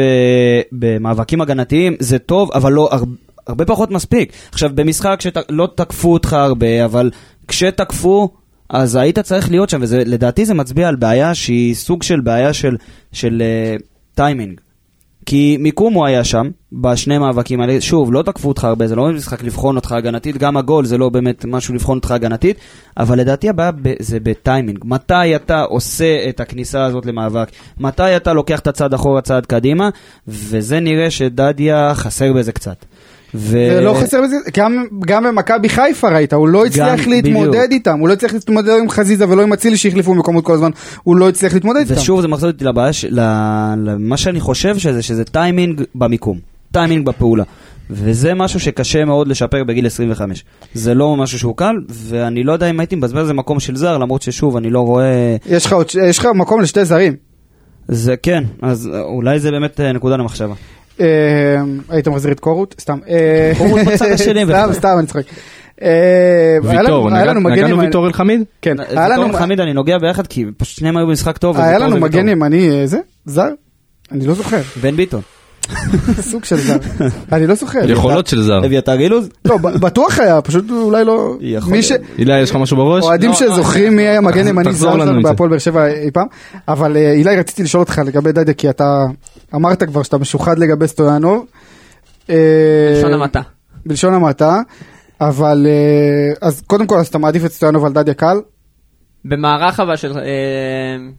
במאבקים הגנתיים זה טוב, אבל לא, הרבה, הרבה פחות מספיק. עכשיו, במשחק שלא תקפו אותך הרבה, אבל כשתקפו, אז היית צריך להיות שם, ולדעתי זה מצביע על בעיה שהיא סוג של בעיה של, של uh, טיימינג. כי מיקום הוא היה שם, בשני מאבקים האלה, שוב, לא תקפו אותך הרבה, זה לא באמת משחק לבחון אותך הגנתית, גם הגול זה לא באמת משהו לבחון אותך הגנתית, אבל לדעתי הבעיה ב- זה בטיימינג. מתי אתה עושה את הכניסה הזאת למאבק? מתי אתה לוקח את הצעד אחורה, צעד קדימה? וזה נראה שדדיה חסר בזה קצת. ו-
זה לא חסר בזה, גם, גם במכבי חיפה ראית, הוא לא הצליח
גם-
להתמודד
בדיוק.
איתם, הוא לא הצליח להתמודד עם חזיזה ולא עם אצילי שהחליפו מקומות כל הזמן, הוא לא הצליח להתמודד איתם.
ושוב זה מחזיר אותי לבעיה, ש- ל- למה שאני חושב שזה, שזה טיימינג במיקום, טיימינג בפעולה. וזה משהו שקשה מאוד לשפר בגיל 25. זה לא משהו שהוא קל, ואני לא יודע אם הייתי מבזבז איזה מקום של זר, למרות ששוב, אני לא רואה...
יש לך, עוד- יש לך מקום לשתי זרים.
זה כן, אז אה, אולי זה באמת אה, נקודה למחשבה.
אה, היית מחזיר את קורות? סתם. אה,
קורות בצד השני
סתם,
בכלל.
סתם, אני צוחק. אה, היה לנו-
ויטור,
היה
נגע-
לנו מגן
נגענו
ימני-
ויטור אלחמיד?
כן,
אה,
היה לנו-
ויטור וחמיד אני נוגע ביחד, כי פשוט שניהם היו במשחק טוב. אז
היה
ויטור
לנו
זה
מגן
ויטור.
ימני, אה, זה? זר? אני לא זוכר,
בן ביטון.
סוג של זר. אני לא זוכר.
יכולות של זר.
אביתר אילוז?
לא, ב- בטוח היה, פשוט אולי לא...
יכול
מי ש-
להיות.
הילה, יש לך משהו בראש?
אוהדים
לא,
שזוכרים מי היה מגן
תחזור-
ימני
תחזור לנו עם
זלזל
זה.
בהפועל באר שבע אי פעם. אבל אה, אילי, רציתי לשאול אותך לגבי דדיה, כי אתה אמרת כבר שאתה משוחד לגבי סטויאנוב. אה,
בלשון המעטה.
בלשון המעטה. אבל אה, אז קודם כל, אז אתה מעדיף את סטויאנוב על דדיה קל?
במערך אבל של, אה,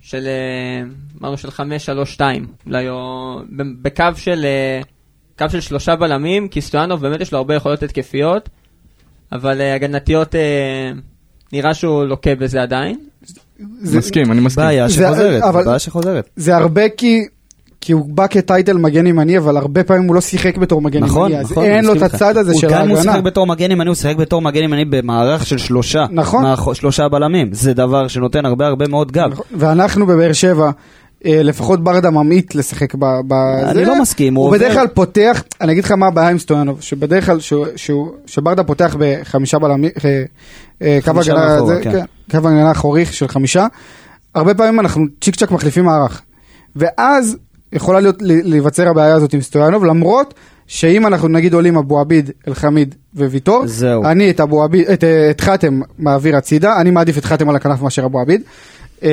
של, אה, אמרנו של 5-3-2, אולי או ב- בקו של, אה, קו של שלושה בלמים, כי סטויאנוב באמת יש לו הרבה יכולות התקפיות, אבל אה, הגנתיות אה, נראה שהוא לוקה בזה עדיין.
זה-
מסכים, אני מסכים.
בעיה
זה-
שחוזרת,
אבל-
בעיה שחוזרת.
זה הרבה כי... כי הוא בא כטייטל מגן ימני, אבל הרבה פעמים הוא לא שיחק בתור מגן
נכון,
ימני, אז
נכון,
אין
אני
לו את
מסכים איתך.
הצד הזה
הוא
של
גם אם הוא
ההגנה.
שיחק בתור מגן ימני, הוא שיחק בתור מגן ימני במערך של שלושה.
נכון.
מערכו- שלושה בלמים. זה דבר שנותן הרבה הרבה מאוד גב.
נכון, ואנחנו בבאר שבע, אה, לפחות ברדה ממעיט לשחק ב... ב-
אני
זה.
לא מסכים, הוא
הוא בדרך
עובר.
כלל פותח, אני אגיד לך מה הבעיה עם סטויאנוב, שבדרך כלל שהוא- שהוא- שברדה פותח בחמישה בלמים, אה, אה, קו
חמישה
הגנה
מאחורה,
זה-
כן.
כן, קו הגנה אחורי של חמישה, הרבה פעמים אנחנו צ'יק צ'אק מחליפים מערך. ואז יכולה להיות, ל- להיווצר הבעיה הזאת עם סטויאנוב, למרות שאם אנחנו נגיד עולים אבו עביד, אלחמיד וויטור,
זהו.
אני את אבו עביד, את, אה, את חתם מעביר הצידה, אני מעדיף את חתם על הכנף מאשר אבו עביד, אה,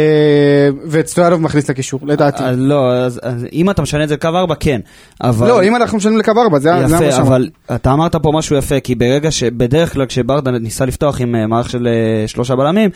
ואת סטויאנוב מכניס לקישור, לדעתי.
אה, לא, אז אז אם אתה משנה את זה לקו ארבע, כן. אבל...
לא, אם אנחנו משלמים לקו ארבע, זה זה
יפה,
שם.
אבל אתה אמרת פה משהו יפה, כי ברגע ש... בדרך כלל כשברדה ניסה לפתוח עם אה, מערך של אה, שלושה בלמים,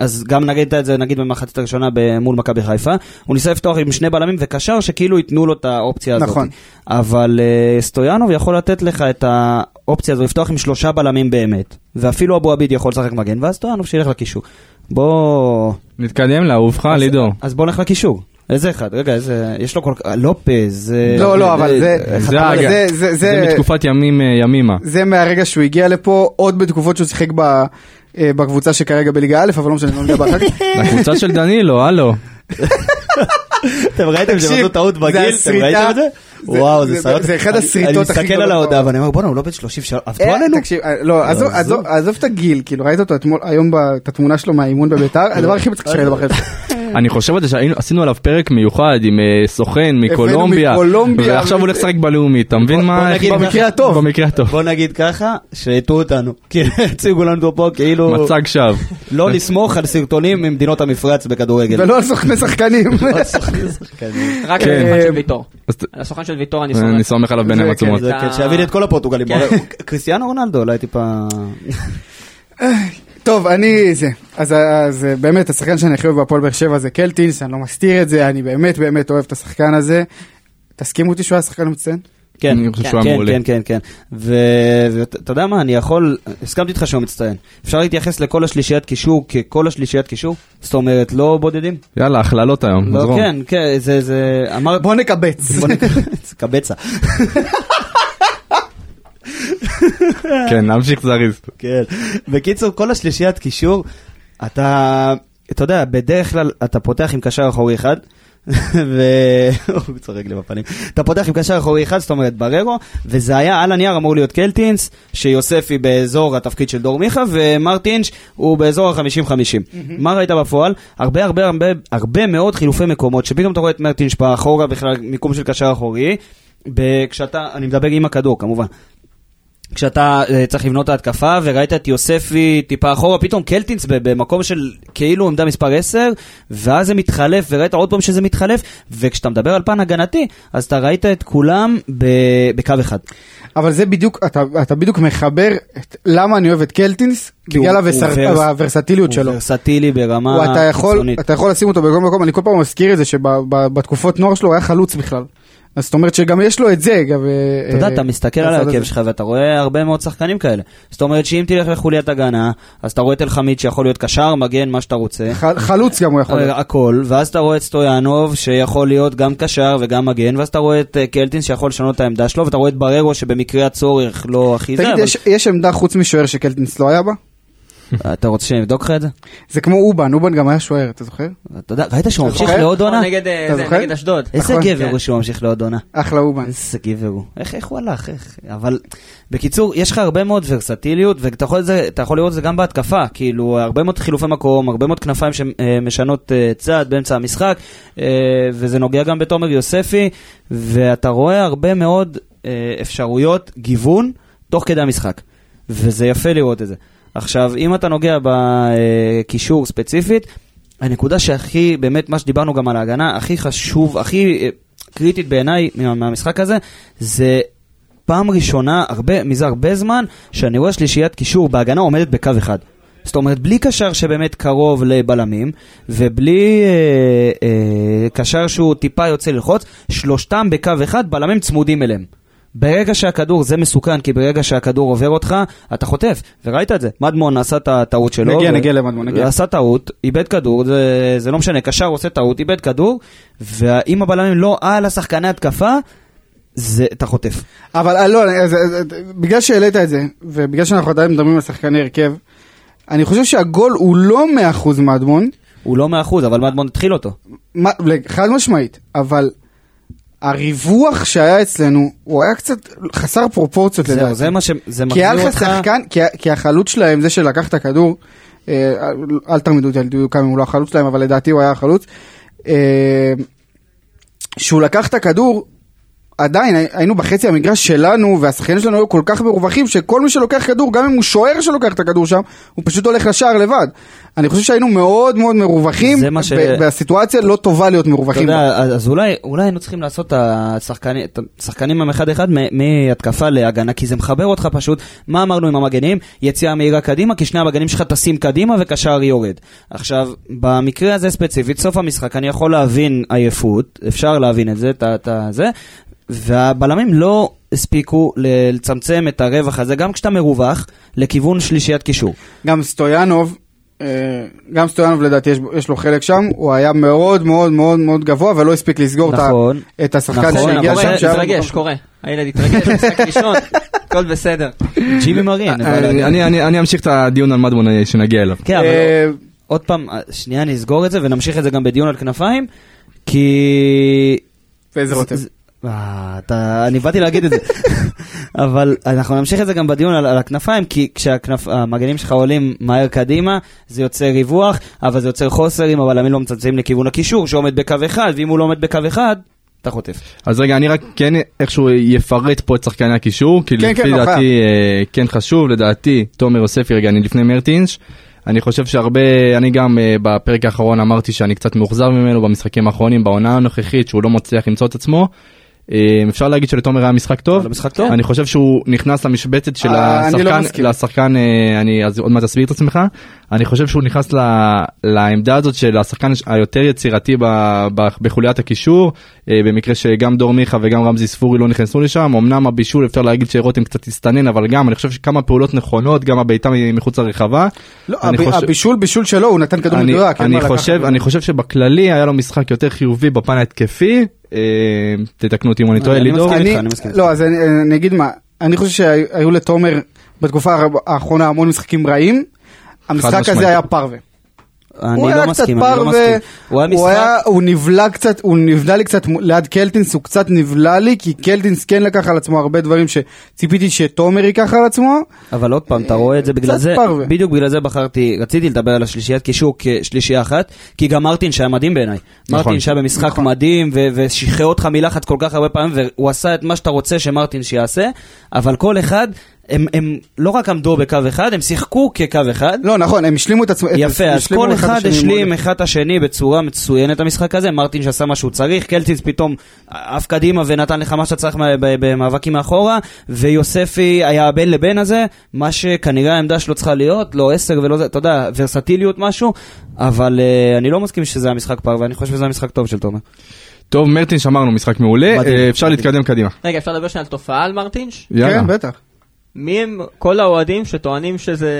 אז גם נגיד את זה נגיד במחצית הראשונה ב- מול מכבי חיפה, הוא ניסה לפתוח עם שני בלמים וקשר שכאילו ייתנו לו את האופציה הזאת.
נכון.
אבל אה, סטויאנוב יכול לתת לך את האופציה הזו לפתוח עם שלושה בלמים באמת, ואפילו אבו עביד יכול לשחק מגן, ואז סטויאנוב שילך לקישור. בוא...
נתקדם לאהובך,
אז-
לידור.
אז בוא נלך לקישור. איזה אחד? רגע, איזה... יש לו כל כך... לופז. אה,
לא, לא,
אה,
אבל זה-
אה,
זה-
זה אגב,
זה- זה-
זה
זה-
מתקופת ימים אה, ימימה.
זה מהרגע שהוא הגיע לפה, עוד בתקופות שהוא שיחק ב- אה, בקבוצה שכרגע בליגה א', אבל לא משנה, לא ניגע באחר כך.
הקבוצה של דנילו, הלו.
אתם ראיתם שהם
תקשיב,
עשו טעות
זה
בגיל? אתם
הסריטה-
ראיתם את זה?
זה-
וואו, זה
זה-
סרט.
זה אחד
אני-
הסריטות הכי
אני מסתכל
גדולות
על ההודעה
בעולם.
ואני אומר, בואנה, הוא לא בן 33, עבדו
אה,
עלינו.
תקשיב, אה, לא, עזוב-
עזוב. לא.
עזוב- עזוב את הגיל, כאילו ראית אותו אתמול, היום ב- את התמונה שלו מהאימון בביתר, הדבר הכי מצחיק שראיתי בחיים.
אני חושב על זה שעשינו עליו פרק מיוחד עם אה, סוכן מקולומביה,
מקולומביה,
ועכשיו הוא הולך
ו-
לשחק בלאומי, אתה מבין
בוא-
מה?
בוא
איך-
נגיד
במקרה
ככה-
הטוב.
במקרה הטוב.
בוא נגיד ככה, שהטעו אותנו. כאילו, הציגו לנו פה כאילו...
מצג שווא.
לא לסמוך על סרטונים ממדינות המפרץ בכדורגל.
ולא על סוכני שחקנים.
לא סוכני שחקנים.
רק
כן. אה,
על הסוכן של ויטור.
אז ת-
על הסוכן של ויטור אני
אני
סומך.
סומך עליו בעיניים
זה- כן,
עצומות.
זה
אתה-
כן, שיביא לי את כל הפורטוגלים.
כן.
הרי הוא- קריסטיאנו רונלדו, אולי טיפה...
טוב, אני זה. אז, אז אה, באמת, השחקן שאני הכי אוהב בהפועל באר שבע זה קלטינס, אני לא מסתיר את זה, אני באמת באמת אוהב את השחקן הזה. תסכימו אותי שהוא היה שחקן מצטיין?
כן,
אני חושב
כן,
שהוא היה
כן,
מעולה.
כן, כן, כן. ו- ואתה יודע מה, אני יכול, הסכמתי איתך שהוא מצטיין. אפשר להתייחס לכל השלישיית קישור ככל השלישיית קישור? זאת אומרת, לא בודדים?
יאללה, הכללות היום,
לא,
זרום.
כן, כן, זה, זה, אמר,
בוא נקבץ.
בוא נ- קבצה.
כן, להמשיך זריז.
כן. בקיצור, כל השלישיית קישור, אתה, אתה יודע, בדרך כלל אתה פותח עם קשר אחורי אחד, ו... הוא צוחק לי בפנים. אתה פותח עם קשר אחורי אחד, זאת אומרת בררו, וזה היה על הנייר אמור להיות קלטינס, שיוספי באזור התפקיד של דור מיכה, ומרטינש הוא באזור ה-50-50. מה ראית בפועל? הרבה הרבה הרבה הרבה מאוד חילופי מקומות, שפתאום אתה רואה את מרטינש באחורה, בכלל מיקום של קשר אחורי, ב- כשאתה, אני מדבר עם הכדור כמובן. כשאתה אה, צריך לבנות את ההתקפה, וראית את יוספי טיפה אחורה, פתאום קלטינס ב- במקום של כאילו עמדה מספר 10, ואז זה מתחלף, וראית עוד פעם שזה מתחלף, וכשאתה מדבר על פן הגנתי, אז אתה ראית את כולם ב- בקו אחד.
אבל זה בדיוק, אתה, אתה בדיוק מחבר את למה אני אוהב את קלטינס,
כי הוא-
בגלל הוורס...
הוא ורס-
הוורסטיליות שלו.
הוא ורסטילי ברמה
הוא, אתה, יכול,
קיצונית.
אתה יכול לשים אותו בכל מקום, אני כל פעם מזכיר את זה שבתקופות נוער שלו הוא היה חלוץ בכלל. אז זאת אומרת שגם יש לו את זה. גם, אה,
אתה יודע, אתה מסתכל על ההרכב שלך ואתה רואה הרבה מאוד שחקנים כאלה. זאת אומרת שאם תלך לחוליית הגנה, אז אתה רואה את אלחמיד שיכול להיות קשר, מגן, מה שאתה רוצה.
חלוץ גם הוא
אה,
יכול להיות.
הכל, ואז אתה רואה את סטויאנוב שיכול להיות גם קשר וגם מגן, ואז אתה רואה את אה, קלטינס שיכול לשנות את העמדה שלו, ואתה רואה את בררו שבמקרה הצורך לא הכי זה,
תגיד,
אבל
יש, יש עמדה חוץ משוער שקלטינס לא היה בה?
אה, אתה רוצה שאני אבדוק לך את זה?
זה כמו אובן, אובן גם היה שוער, אתה זוכר?
אתה יודע, ראית שהוא
אתה
ממשיך
זוכר?
לעוד עונה?
נגד אה,
אתה
זה,
זוכר?
נגד אשדוד.
איזה
נכון,
גבר
כן.
הוא שהוא ממשיך לעוד עונה.
אחלה אובן.
איזה גבר הוא. איך, איך הוא הלך? איך? אבל בקיצור, יש לך הרבה מאוד ורסטיליות, ואתה יכול, זה, אתה יכול לראות את זה גם בהתקפה. כאילו, הרבה מאוד חילופי מקום, הרבה מאוד כנפיים שמשנות אה, צד באמצע המשחק, אה, וזה נוגע גם בתומר יוספי, ואתה רואה הרבה מאוד אה, אפשרויות גיוון תוך כדי המשחק. וזה יפה לראות את זה. עכשיו, אם אתה נוגע בקישור ספציפית, הנקודה שהכי, באמת, מה שדיברנו גם על ההגנה, הכי חשוב, הכי אה, קריטית בעיניי מה- מהמשחק הזה, זה פעם ראשונה, הרבה, מזה הרבה זמן, שאני רואה שלישיית קישור בהגנה עומדת בקו אחד. זאת אומרת, בלי קשר שבאמת קרוב לבלמים, ובלי אה, אה, קשר שהוא טיפה יוצא ללחוץ, שלושתם בקו אחד, בלמים צמודים אליהם. ברגע שהכדור, זה מסוכן, כי ברגע שהכדור עובר אותך, אתה חוטף, וראית את זה. מדמון עשה את הטעות שלו.
נגיע,
ו-
נגיע למדמון, נגיע.
עשה טעות, איבד כדור, זה, זה לא משנה, קשר עושה טעות, איבד כדור, ואם הבלמים לא על השחקני התקפה, זה, אתה חוטף.
אבל אה, לא, אז, אז, אז, בגלל שהעלית את זה, ובגלל שאנחנו עדיין מדברים על שחקני הרכב, אני חושב שהגול הוא לא 100% מדמון,
הוא לא מאה אחוז, אבל מדמון התחיל אותו.
מה- חד משמעית, אבל הריווח שהיה אצלנו, הוא היה קצת חסר פרופורציות
זהו,
לדעתי.
זה מה ש... זה
לא, כי
מחזיר
היה לך
אותך...
שחקן, כי, כי החלוץ שלהם, זה שלקח את הכדור, אה, אל- אל תעמידו אותי על דיוקם אם הוא לא החלוץ שלהם, אבל לדעתי הוא היה החלוץ. אה, שהוא לקח את הכדור, עדיין הי- היינו בחצי המגרש שלנו, והשחקנים שלנו היו כל כך מרווחים, שכל מי שלוקח כדור, גם אם הוא שוער שלוקח את הכדור שם, הוא פשוט הולך לשער לבד. אני חושב שהיינו מאוד מאוד מרווחים,
זה מה ש-
ב- והסיטואציה לא טובה להיות
אתה
מרווחים. בה.
יודע, אז אז אולי, אולי היינו צריכים לעשות את השחקני- את השחקנים הם אחד אחד מ- מהתקפה להגנה, כי זה מחבר אותך פשוט. מה אמרנו עם המגנים? יציאה מהירה קדימה, כי שני המגנים שלך טסים קדימה וקשר יורד. עכשיו, במקרה הזה ספציפית, סוף המשחק, אני יכול להבין עייפות, אפשר להבין את זה, את ה- את ה- זה, והבלמים לא הספיקו ל- לצמצם את הרווח הזה, גם כשאתה מרווח, לכיוון שלישיית קישור.
גם סטויאנוב, אה, גם סטויאנוב לדעתי יש, בו- יש לו חלק שם, הוא היה מאוד מאוד מאוד מאוד גבוה ולא הספיק לסגור את ה-
נכון.
את השחקן
נכון,
שהגיע
אבל
שם.
קורה,
שהיה
התרגש,
במקום-
קורה. הילד התרגש, משחק ראשון, הכל בסדר.
ג'ימי מרין. אבל-
אני- אני- אני אני אמשיך את הדיון על מדמון אה, שנגיע אליו.
כן, אבל...
אה,
עוד פעם, שנייה נסגור את זה ונמשיך את זה גם בדיון על כנפיים, כי...
וזה רותם.
זה- אה, אתה, אני באתי להגיד את זה, אבל אנחנו נמשיך את זה גם בדיון על, על הכנפיים, כי כשהמגנים שלך עולים מהר קדימה, זה יוצר ריווח, אבל זה יוצר חוסר אם הבלמים לא מצמצמים לכיוון הקישור שעומד בקו אחד, ואם הוא לא עומד בקו אחד, אתה חוטף.
אז רגע, אני רק כן איכשהו יפרט פה את שחקני הקישור, כי
כן,
לפי
כן, לא, חייב.
דעתי אה, כן חשוב, לדעתי תומר יוספי רגע, אני לפני מרטינש. אני חושב שהרבה, אני גם אה, בפרק האחרון אמרתי שאני קצת מאוכזב ממנו במשחקים האחרונים, בעונה הנוכחית, שהוא לא מצליח למצוא את עצמו. אה, אפשר להגיד שלתומר היה משחק טוב,
אבל לא משחק
כן.
טוב.
אני חושב שהוא נכנס למשבצת של
אה, אני לא
השחקן,
מסכים.
לשחקן, אה, אני אז עוד מעט אסביר את עצמך, אני חושב שהוא נכנס ל- לעמדה הזאת של השחקן הש- היותר יצירתי ב- ב- בחוליית הקישור, אה, במקרה שגם דור מיכה וגם רמזי ספורי לא נכנסו לשם, אמנם הבישול אפשר להגיד שרותם קצת הסתנן, אבל גם אני חושב שכמה פעולות נכונות, גם הבעיטה מ- מחוץ לרחבה.
לא,
אני
הב-
חושב-
הבישול בישול שלו, הוא נתן כדור
אני-
מדויק. אין
אני
מה לקחת.
חושב- אני חושב שבכללי היה לו משחק יותר חיובי בפן ההתקפי, אה, תתקנו אותי אם אני טועה,
אני
לידור.
מסכים
אני-
איתך, אני מסכים
לא, אז אני אני אגיד מה, אני חושב שהיו לתומר בתקופה הר- האחרונה המון משחקים רעים. המשחק
משמעית.
הזה היה פרווה.
אני
הוא היה
לא
קצת
מסכים, אני לא
פרווה,
מסכים. הוא היה
הוא
משחק-
היה, הוא נבלע קצת, הוא נבלע לי קצת מ- ליד קלטינס, הוא קצת נבלע לי, כי קלטינס כן לקח על עצמו הרבה דברים שציפיתי שתומר ייקח על עצמו.
אבל עוד פעם, אתה רואה את זה בגלל
אה, קצת
זה,
פרווה.
בדיוק בגלל זה בחרתי, רציתי לדבר על השלישיית קישור כשלישייה אחת, כי גם מרטין שהיה מדהים בעיניי.
נכון.
מרטין שהיה במשחק מדהים, ו- ושחרר אותך מלחץ כל כך הרבה פעמים, והוא עשה את מה שאתה רוצה שמרטין שיעשה, אבל כל אחד, הם, הם לא רק עמדו בקו אחד, הם שיחקו כקו אחד.
לא, נכון, הם השלימו את עצמם.
יפה,
הם
אז
השלימו
כל
את
אחד
השני
השלים
מאוד.
אחד את השני בצורה מצוינת את המשחק הזה, מרטין שעשה מה שהוא צריך, קלטינס פתאום עף קדימה ונתן לך מה שאתה צריך מה- ב- במאבקים מאחורה, ויוספי היה הבן לבן הזה, מה שכנראה העמדה שלו צריכה להיות, לא עשר ולא זה, אתה יודע, ורסטיליות משהו, אבל אה, אני לא מסכים שזה היה משחק פר, ואני חושב שזה היה משחק טוב של תומר.
טוב, מרטין שמרנו משחק מעולה,
מדהים,
אה, אפשר
מדהים.
להתקדם קדימה.
רגע, אפשר לדבר שנייה על תופעה על מרטינש?
יאללה.
כן, בטח.
מי הם כל האוהדים שטוענים שזה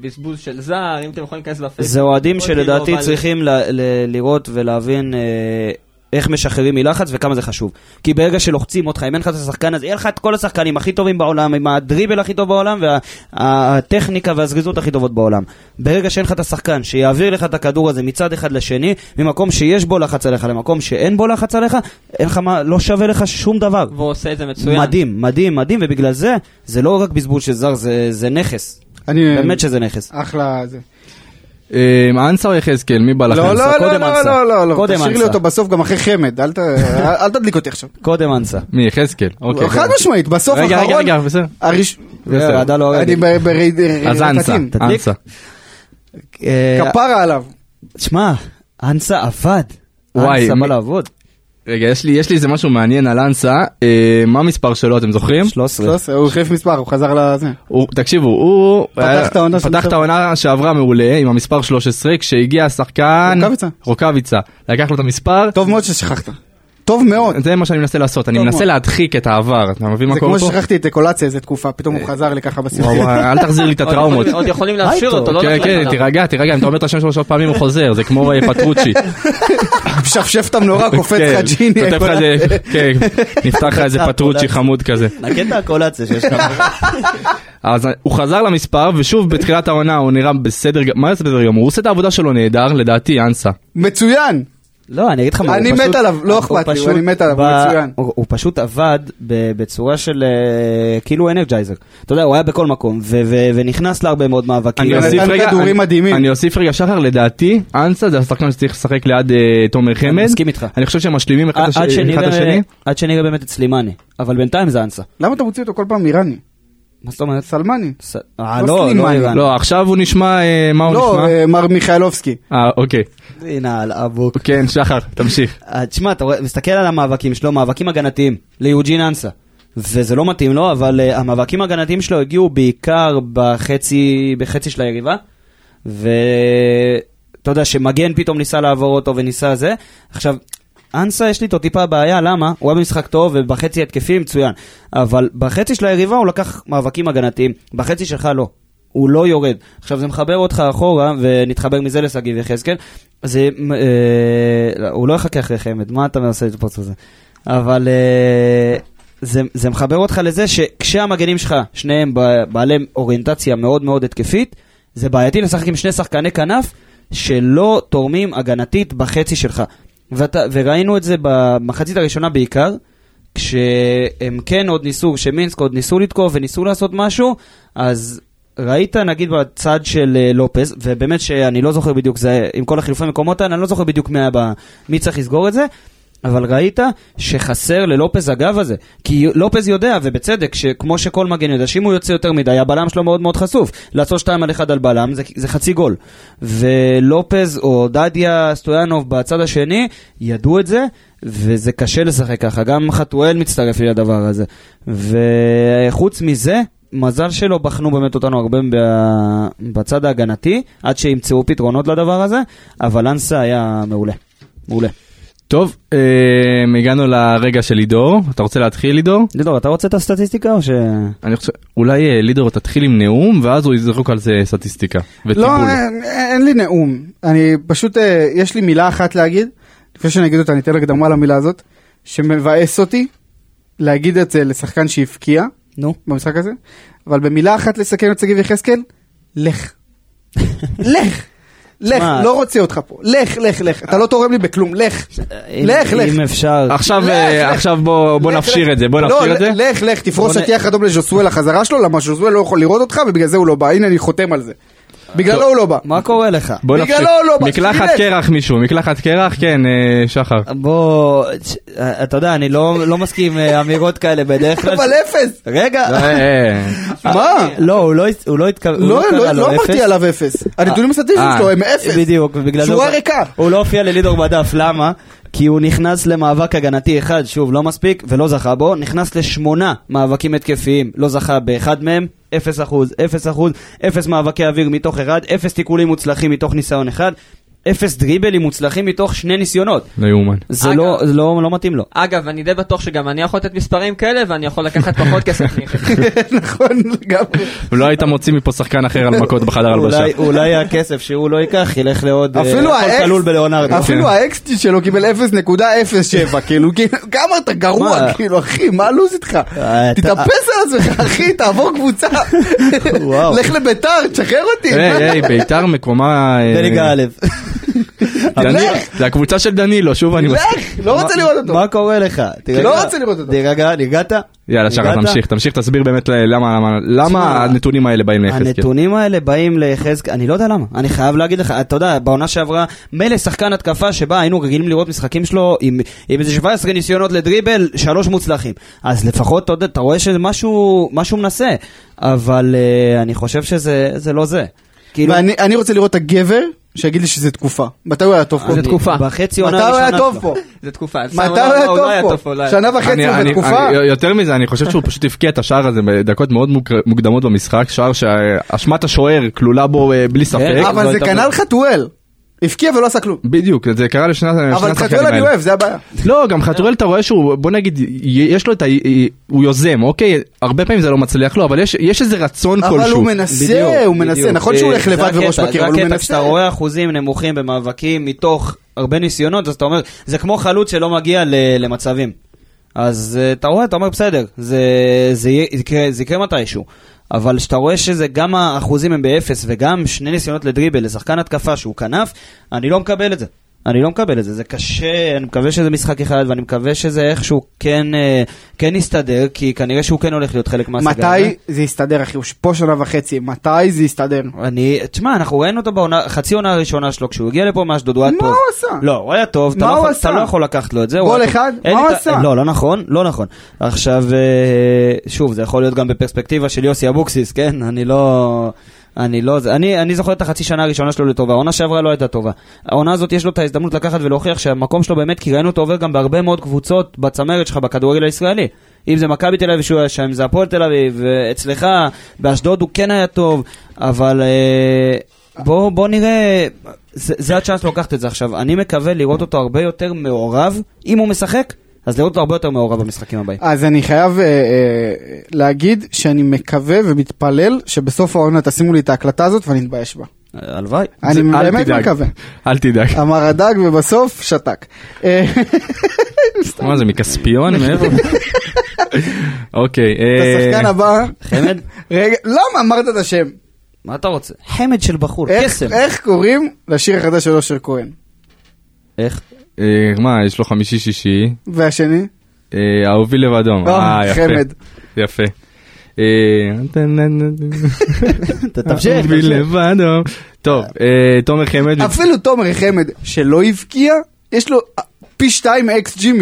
בזבוז של זר, אם אתם יכולים להיכנס לפייסבוק.
זה אוהדים
אותי, לא
שלדעתי
בא לי.
צריכים ל- ל- לראות ולהבין אה, איך משחררים מלחץ וכמה זה חשוב. כי ברגע שלוחצים אותך, אם אין לך את השחקן הזה, יהיה לך את כל השחקנים הכי טובים בעולם, עם הדריבל הכי טוב בעולם והטכניקה והזריזות הכי טובות בעולם. ברגע שאין לך את השחקן שיעביר לך את הכדור הזה מצד אחד לשני, ממקום שיש בו לחץ עליך למקום שאין בו לחץ עליך, אין לך מה, לא שווה לך שום דבר.
והוא עושה את זה מצוין.
מדהים, מדהים, מדהים, ובגלל זה, זה לא רק בזבוז של זר, זה, זה נכס.
אני...
באמת שזה נכס.
אחלה זה.
אמ, אנסר יחזקאל, מי בא לכם?
לא, לא, לא,
קודם
לא,
אנסה.
לא, לא, לא,
קודם
תשאיר לי
אנסה.
אותו בסוף גם אחרי חמד, אל ת- אל- אל תדליק אותי עכשיו.
קודם אנסה.
מי, יחזקאל? אוקיי.
לא, חד
כן.
בסדר.
משמעית, לא, בסוף
רגע, רגע,
האחרון,
רגע, בסדר.
הראש- אה,
בסדר, עדה לא
אני
הרגתי.
ב- ב-
אז אנסה,
רטטים.
תדליק.
אנסה.
אה,
כפרה עליו.
תשמע, אנסה עבד.
וואי,
אנסה
מי-
בא לעבוד.
רגע, יש לי- יש לי איזה משהו מעניין על אנסה, אה, מה המספר שלו, אתם זוכרים?
13.
13, הוא החליף מספר, הוא חזר לזה.
הוא- תקשיבו, הוא
פתח
היה-
את העונה של
פתח את
מספר.
העונה שעברה מעולה עם המספר 13, כשהגיע השחקן...
רוקאביצה.
רוקאביצה. לקח לו את המספר.
טוב מאוד ששכחת. טוב מאוד.
זה מה שאני מנסה לעשות, אני
טוב
מנסה
מאוד.
להדחיק את העבר, אתה מבין מה
זה
קורה
כמו
פה?
ששכחתי את קולציה איזה תקופה, פתאום הוא חזר לי ככה
אה, וואו,
בסיסים.
וואו, אל תחזיר לי את
עוד
הטראומות.
יכולים- עוד יכולים להשאיר
היי,
אותו, לא
כן,
להחליט
כן,
עליו.
תירגע, תירגע, אם אתה אומר את השם שלו שלוש פעמים הוא חוזר, זה כמו אה, פטרוצ'י.
משפשף את המנורה, קופץ
כן,
לך ג'יני.
כותב לך איזה- כן, נפתח לך איזה
קצר,
פטרוצ'י
קולציה.
חמוד כזה.
נגן את הקולציה שיש לך.
אז הוא חזר למספר, ושוב בתחילת העונה הוא נראה בסדר, ג- מה זה בסדר גמור? הוא עושה את העבודה שלו נהדר, לדעתי אנסה.
מצוין!
לא, אני אגיד לך מה, הוא
אני
פשוט...
מת עליו, לא
הוא
אכפת לי,
פשוט
אני מת עליו, הוא
בא-
מצוין.
הוא הוא פשוט עבד ב- בצורה של אה, כאילו אנרג'ייזר. אתה יודע, הוא היה בכל מקום, ו- ו- ונכנס להרבה מאוד מאבקים.
אני
הוא
אוסיף
נתן
רגע,
כדורים
אני-
מדהימים.
אני אוסיף רגע שחר, לדעתי אנסה זה השחקן שצריך לשחק ליד אה, תומר חמד.
מסכים איתך.
אני חושב שהם משלימים אחד
עד
את הש- אחד את
שנראה-
השני.
עד שנראה באמת את סלימני, אבל בינתיים זה אנסה.
למה אתה מוציא אותו כל פעם איראני?
מה זאת אומרת?
סלמני.
ס- אה,
לא
לא, לא
סלימני.
איראן.
לא, עכשיו הוא נשמע, אה, מה הוא
לא,
נשמע?
אה, מר מיכאלובסקי.
אה, אוקיי.
הנה, על אבוק.
כן, שחר, תמשיך.
אה, תשמע, אתה רואה- מסתכל על המאבקים שלו, מאבקים הגנתיים, ליוג'ין אנסה. וזה לא מתאים לו, אבל uh, המאבקים הגנתיים שלו הגיעו בעיקר בחצי, בחצי של היריבה. ואתה יודע שמגן פתאום ניסה לעבור אותו וניסה זה. עכשיו, אנסה יש לי איתו טיפה בעיה, למה? הוא היה במשחק טוב ובחצי התקפי מצוין. אבל בחצי של היריבה הוא לקח מאבקים הגנתיים, בחצי שלך לא. הוא לא יורד. עכשיו זה מחבר אותך אחורה, ונתחבר מזה לשגיב יחזקאל. זה... אה, לא, הוא לא יחכה אחרי חמד, מה אתה מנסה לתפוס בזה? אבל אה, זה, זה מחבר אותך לזה שכשהמגנים שלך, שניהם ב- בעלי אוריינטציה מאוד מאוד התקפית, זה בעייתי לשחק עם שני שחקני כנף שלא תורמים הגנתית בחצי שלך. ואתה, וראינו את זה במחצית הראשונה בעיקר, כשהם כן עוד ניסו, כשמינסק עוד ניסו לתקוף וניסו לעשות משהו, אז ראית נגיד בצד של אה, לופז, ובאמת שאני לא זוכר בדיוק, זה עם כל החילופי מקומות האלה, אני לא זוכר בדיוק מי, היה ב- מי צריך לסגור את זה. אבל ראית שחסר ללופז הגב הזה, כי לופז יודע, ובצדק, שכמו שכל מגן יודע, שאם הוא יוצא יותר מדי, הבלם שלו מאוד מאוד חשוף. לעשות 2 על 1 על בלם זה, זה חצי גול. ולופז או דדיה סטויאנוב בצד השני ידעו את זה, וזה קשה לשחק ככה. גם חתואל מצטרף לי לדבר הזה. וחוץ מזה, מזל שלא בחנו באמת אותנו הרבה ב- בצד ההגנתי, עד שימצאו פתרונות לדבר הזה, אבל אנסה היה מעולה. מעולה.
טוב, אה, הגענו לרגע של לידור, אתה רוצה להתחיל לידור?
לידור, אתה רוצה את הסטטיסטיקה או ש...
אני חושב, אולי אה, לידור תתחיל עם נאום, ואז הוא יזרוק על זה סטטיסטיקה. וטיבול.
לא, אין, אין לי נאום. אני פשוט, אה, יש לי מילה אחת להגיד, לפני שאני אגיד אותה, אני אתן הקדמה למילה הזאת, שמבאס אותי להגיד את זה לשחקן שהבקיע
נו.
במשחק הזה, אבל במילה אחת לסכם את שגיב יחזקאל, לך. לך. לך,
שמע,
לא רוצה אותך פה. לך, לך, לך. אתה לא תורם לי בכלום, לך. לך,
אם-
לך.
אם אפשר...
עכשיו,
לך,
אה,
לך.
עכשיו בוא בוא
לך,
נפשיר
לך.
את זה, בוא
לא,
נפשיר
ל-
את זה.
לך, לך, תפרוס
בוא נ-
שטיח אדום לז'וסואל לחזרה שלו, למה שז'וסואל לא יכול לראות אותך ובגלל זה הוא לא בא. הנה, אני חותם על זה. בגללו הוא לא בא.
מה קורה לך?
בוא
בגללו
נפשיר.
לא בא,
מקלחת
שילך.
קרח מישהו, מקלחת קרח, כן, אה, שחר.
בוא, ש- אתה יודע, אני לא לא מסכים עם אה, אמירות כאלה בדרך כלל.
אבל אפס.
רגע.
אה, אה,
מה?
לא, הוא לא הת- הוא לא התכוון.
לא, לא לא אמרתי עליו אפס. הנתונים הסטטיסטיים
אה,
שלו הם אפס.
בדיוק, ובגלל זה...
שורה
הוא-
ריקה.
הוא לא הופיע ללידור בדף, למה? כי הוא נכנס למאבק הגנתי אחד, שוב, לא מספיק, ולא זכה בו, נכנס לשמונה מאבקים התקפיים, לא זכה באחד מהם, 0 אחוז, 0 אחוז, 0 מאבקי אוויר מתוך אחד, 0 תיקולים מוצלחים מתוך ניסיון אחד, 0 דריבלים מוצלחים מתוך שני ניסיונות.
לא יאומן.
זה
אגב.
לא, זה לא, לא מתאים לו.
אגב, אני די בטוח שגם אני יכול לתת מספרים כאלה, ואני יכול לקחת פחות כסף. ממך.
נכון לגמרי.
לא היית מוציא מפה שחקן אחר על מכות בחדר הלבשה.
אולי, אולי הכסף שהוא לא ייקח ילך לעוד... אה,
אפילו
הכל
האקס-
כלול בלאונרדו. כן.
אפילו האקסטי שלו קיבל 0.07 כאילו כאילו, כמה אתה גרוע
מה?
כאילו אחי מה הלו"ז איתך
אה, אתה-
תתאפס על עצמך אחי תעבור קבוצה
וואו.
לך לביתר תשחרר אותי מה?
היי, היי, אה, ביתר מקומה... אה,
בליגה א'.
דנילו-
לך.
זה הקבוצה של דנילו, שוב אני... מזכיר.
לך לא רוצה לראות אותו
מה קורה לך? תירגע.
לא רוצה לראות אותו.
תירגע, נרגעת?
יאללה, שחר,
נרגעת?
תמשיך, תמשיך, תסביר באמת ל- למה למה- למה
תשמע,
הנתונים האלה באים ליחזקאל.
הנתונים האלה באים ליחזקאל, אני לא יודע למה, אני חייב להגיד לך, אתה יודע, בעונה שעברה, מילא שחקן התקפה שבה היינו רגילים לראות משחקים שלו עם, עם איזה 17 ניסיונות לדריבל, שלוש מוצלחים. אז לפחות, אתה יודע, אתה רואה שמשהו משהו מנסה, אבל אה, אני חושב שזה זה לא זה. כאילו,
ואני אני רוצה לראות את הגבר שיגיד לי שזה תקופה מתי הוא היה טוב פה
אה, זה תקופה.
בחצי
מתי
עונה
הוא היה
הראשונה
טוב
שלו.
פה
זה תקופה.
מתי
סתם,
הוא היה
לא, לא היה
טוב
טוב
פה
פה, לא היה
שנה וחצי
אני-
הוא
אני-
בתקופה
אני- יותר מזה, אני חושב שהוא פשוט הבקיע את השער הזה בדקות מאוד מוק- מוקדמות במשחק, שער שאשמת השוער כלולה בו אה, בלי ספק.
אבל זה כנ"ל חתואל הבקיע ולא עשה כלום
בדיוק, זה קרה לשני לשני
אבל את
השחקנים
חתואל אני
האלה.
אוהב זה הבעיה
לא, גם חתואל אתה רואה שהוא, בוא נגיד, יש לו את ה... הוא יוזם, אוקיי? הרבה פעמים זה לא מצליח לו, אבל יש- יש איזה רצון כלשהו.
אבל הוא מנסה הוא מנסה נכון שהוא
אה,
הולך
זה
לבד וראש
הקטע,
בקיר
זה
אבל הוא
הקטע,
מנסה
כשאתה רואה אחוזים נמוכים במאבקים מתוך הרבה ניסיונות, אז אתה אומר, זה כמו חלוץ שלא מגיע ל- למצבים. אז אה, אתה רואה, אתה אומר, בסדר, זה, זה, יהיה- זה, יקרה, זה יקרה מתישהו. אבל כשאתה רואה שזה גם האחוזים הם באפס וגם שני ניסיונות לדריבל לשחקן התקפה שהוא כנף, אני לא מקבל את זה. אני לא מקבל את זה, זה קשה, אני מקווה שזה משחק אחד ואני מקווה שזה איכשהו כן, אה, כן יסתדר, כי כנראה שהוא כן הולך להיות חלק מהסגל. הזה.
מתי זה יסתדר אחי הוא פה שנה וחצי מתי זה יסתדר
אני, תשמע, אנחנו ראינו אותו בעונה, חצי עונה הראשונה שלו, כשהוא הגיע לפה מאשדוד, הוא היה
מה
טוב.
הוא עשה?
לא, הוא היה טוב, אתה
מה
לא
הוא
יכול-
עשה?
אתה לא יכול לקחת לו את זה. הוא
גול
היה טוב.
אחד?
אין
מה
לי
הוא
את ה-
עשה?
לא, לא נכון, לא נכון. עכשיו, אה, שוב, זה יכול להיות גם בפרספקטיבה של יוסי אבוקסיס, כן? אני לא... אני לא... זה- אני, אני זוכר את החצי שנה הראשונה שלו לטובה, העונה שעברה לא הייתה טובה. העונה הזאת יש לו את ההזדמנות לקחת ולהוכיח שהמקום שלו באמת, כי ראינו אותו עובר גם בהרבה מאוד קבוצות בצמרת שלך בכדורגל הישראלי. אם זה מכבי תל אביב שהוא היה שם, זה הפועל תל אביב, אצלך, באשדוד הוא כן היה טוב, אבל אה, בוא, בוא נראה, זה, זה הצ'אנס לקחת את זה עכשיו. אני מקווה לראות אותו הרבה יותר מעורב, אם הוא משחק, אז לראות אותו הרבה יותר מעורב במשחקים הבאים.
אז אני חייב אה, אה, להגיד שאני מקווה ומתפלל שבסוף העונה תשימו לי את ההקלטה הזאת ואני אתבייש בה.
אה, הלוואי.
אני
זה- אל
באמת
תדאג.
מקווה.
אל תדאג.
אמר הדג ובסוף שתק. אה,
מה זה, מכספיון? מאיפה? אוקיי. אה,
השחקן הבא,
חמד?
רגע, למה אמרת את השם?
מה אתה רוצה? חמד של בחור,
איך-
קסם.
איך קוראים לשיר החדש של אושר כהן?
איך?
אה, מה, יש לו חמישי שישי,
והשני?
אה, אה, אהובי לבדום.
אה,
אה, יפה.
חמד.
יפה. אה,
ת- תמשיך.
אהובי לבדום. טוב, אה, תומר חמד.
אפילו תומר חמד, שלא הבקיע, יש לו אה, פי שתיים אקס ג'י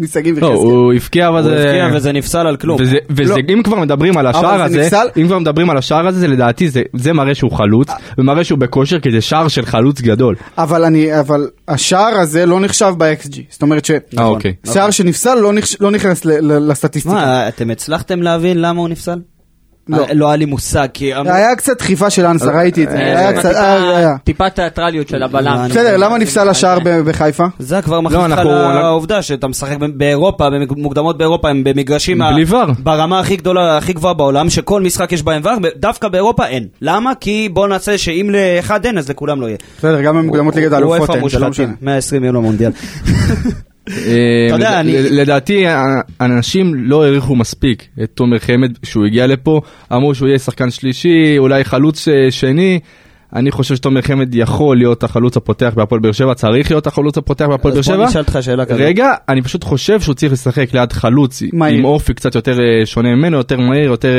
משגיא
לא,
וחזקאל.
הוא הבקיע אבל
הוא
זה...
הבקיע כן, וזה נפסל על כלום.
וזה, וזה אם כבר מדברים על השער
זה
הזה,
נפסל.
אם כבר מדברים על השער הזה, זה לדעתי זה, זה מראה שהוא חלוץ, ומראה שהוא בכושר, כי זה שער של חלוץ גדול.
אבל אני, אבל השער הזה לא נחשב באקס ג'י. זאת אומרת ש...
אה,
נכון.
אוקיי.
שער שנפסל לא נחש- לא נכנס ל- ל- לסטטיסטיקה.
מה, אתם הצלחתם להבין למה הוא נפסל?
לא.
אה, לא היה לי מושג, כי... אמרו-
היה קצת דחיפה של אנסה, ראיתי את זה. היה
זה
קצת... אה, היה.
טיפה- טיפה תיאטרליות של
לא,
הבלם.
בסדר,
אה,
למה נפסל השער ב- לא, בחיפה?
זה כבר מכניס אותך
אנחנו-
לעובדה שאתה משחק ב- באירופה, במוקדמות באירופה, הם במגרשים... ה-
בלי ור.
ברמה הכי גדולה, הכי גבוהה בעולם, שכל משחק יש בהם ור, דווקא באירופה אין. למה? כי בוא נעשה שאם לאחד אין, אז לכולם לא יהיה.
בסדר, גם במוקדמות ליגת האלופות
אין,
אין, זה לא משנה.
120 יום למונדיאל.
אתה
יודע, אני-
אה, לדעתי ה- אנשים לא העריכו מספיק את תומר חמד כשהוא הגיע לפה, אמרו שהוא יהיה שחקן שלישי, אולי חלוץ אה, שני. אני חושב שתומר חמד יכול להיות החלוץ הפותח בהפועל באר שבע, צריך להיות החלוץ הפותח בהפועל באר
אז בוא
שבע.
נשאל אותך שאלה כזאת.
רגע, אני פשוט חושב שהוא צריך לשחק ליד חלוץ
מהיר.
עם אופי קצת יותר אה, שונה ממנו, יותר מהיר, יותר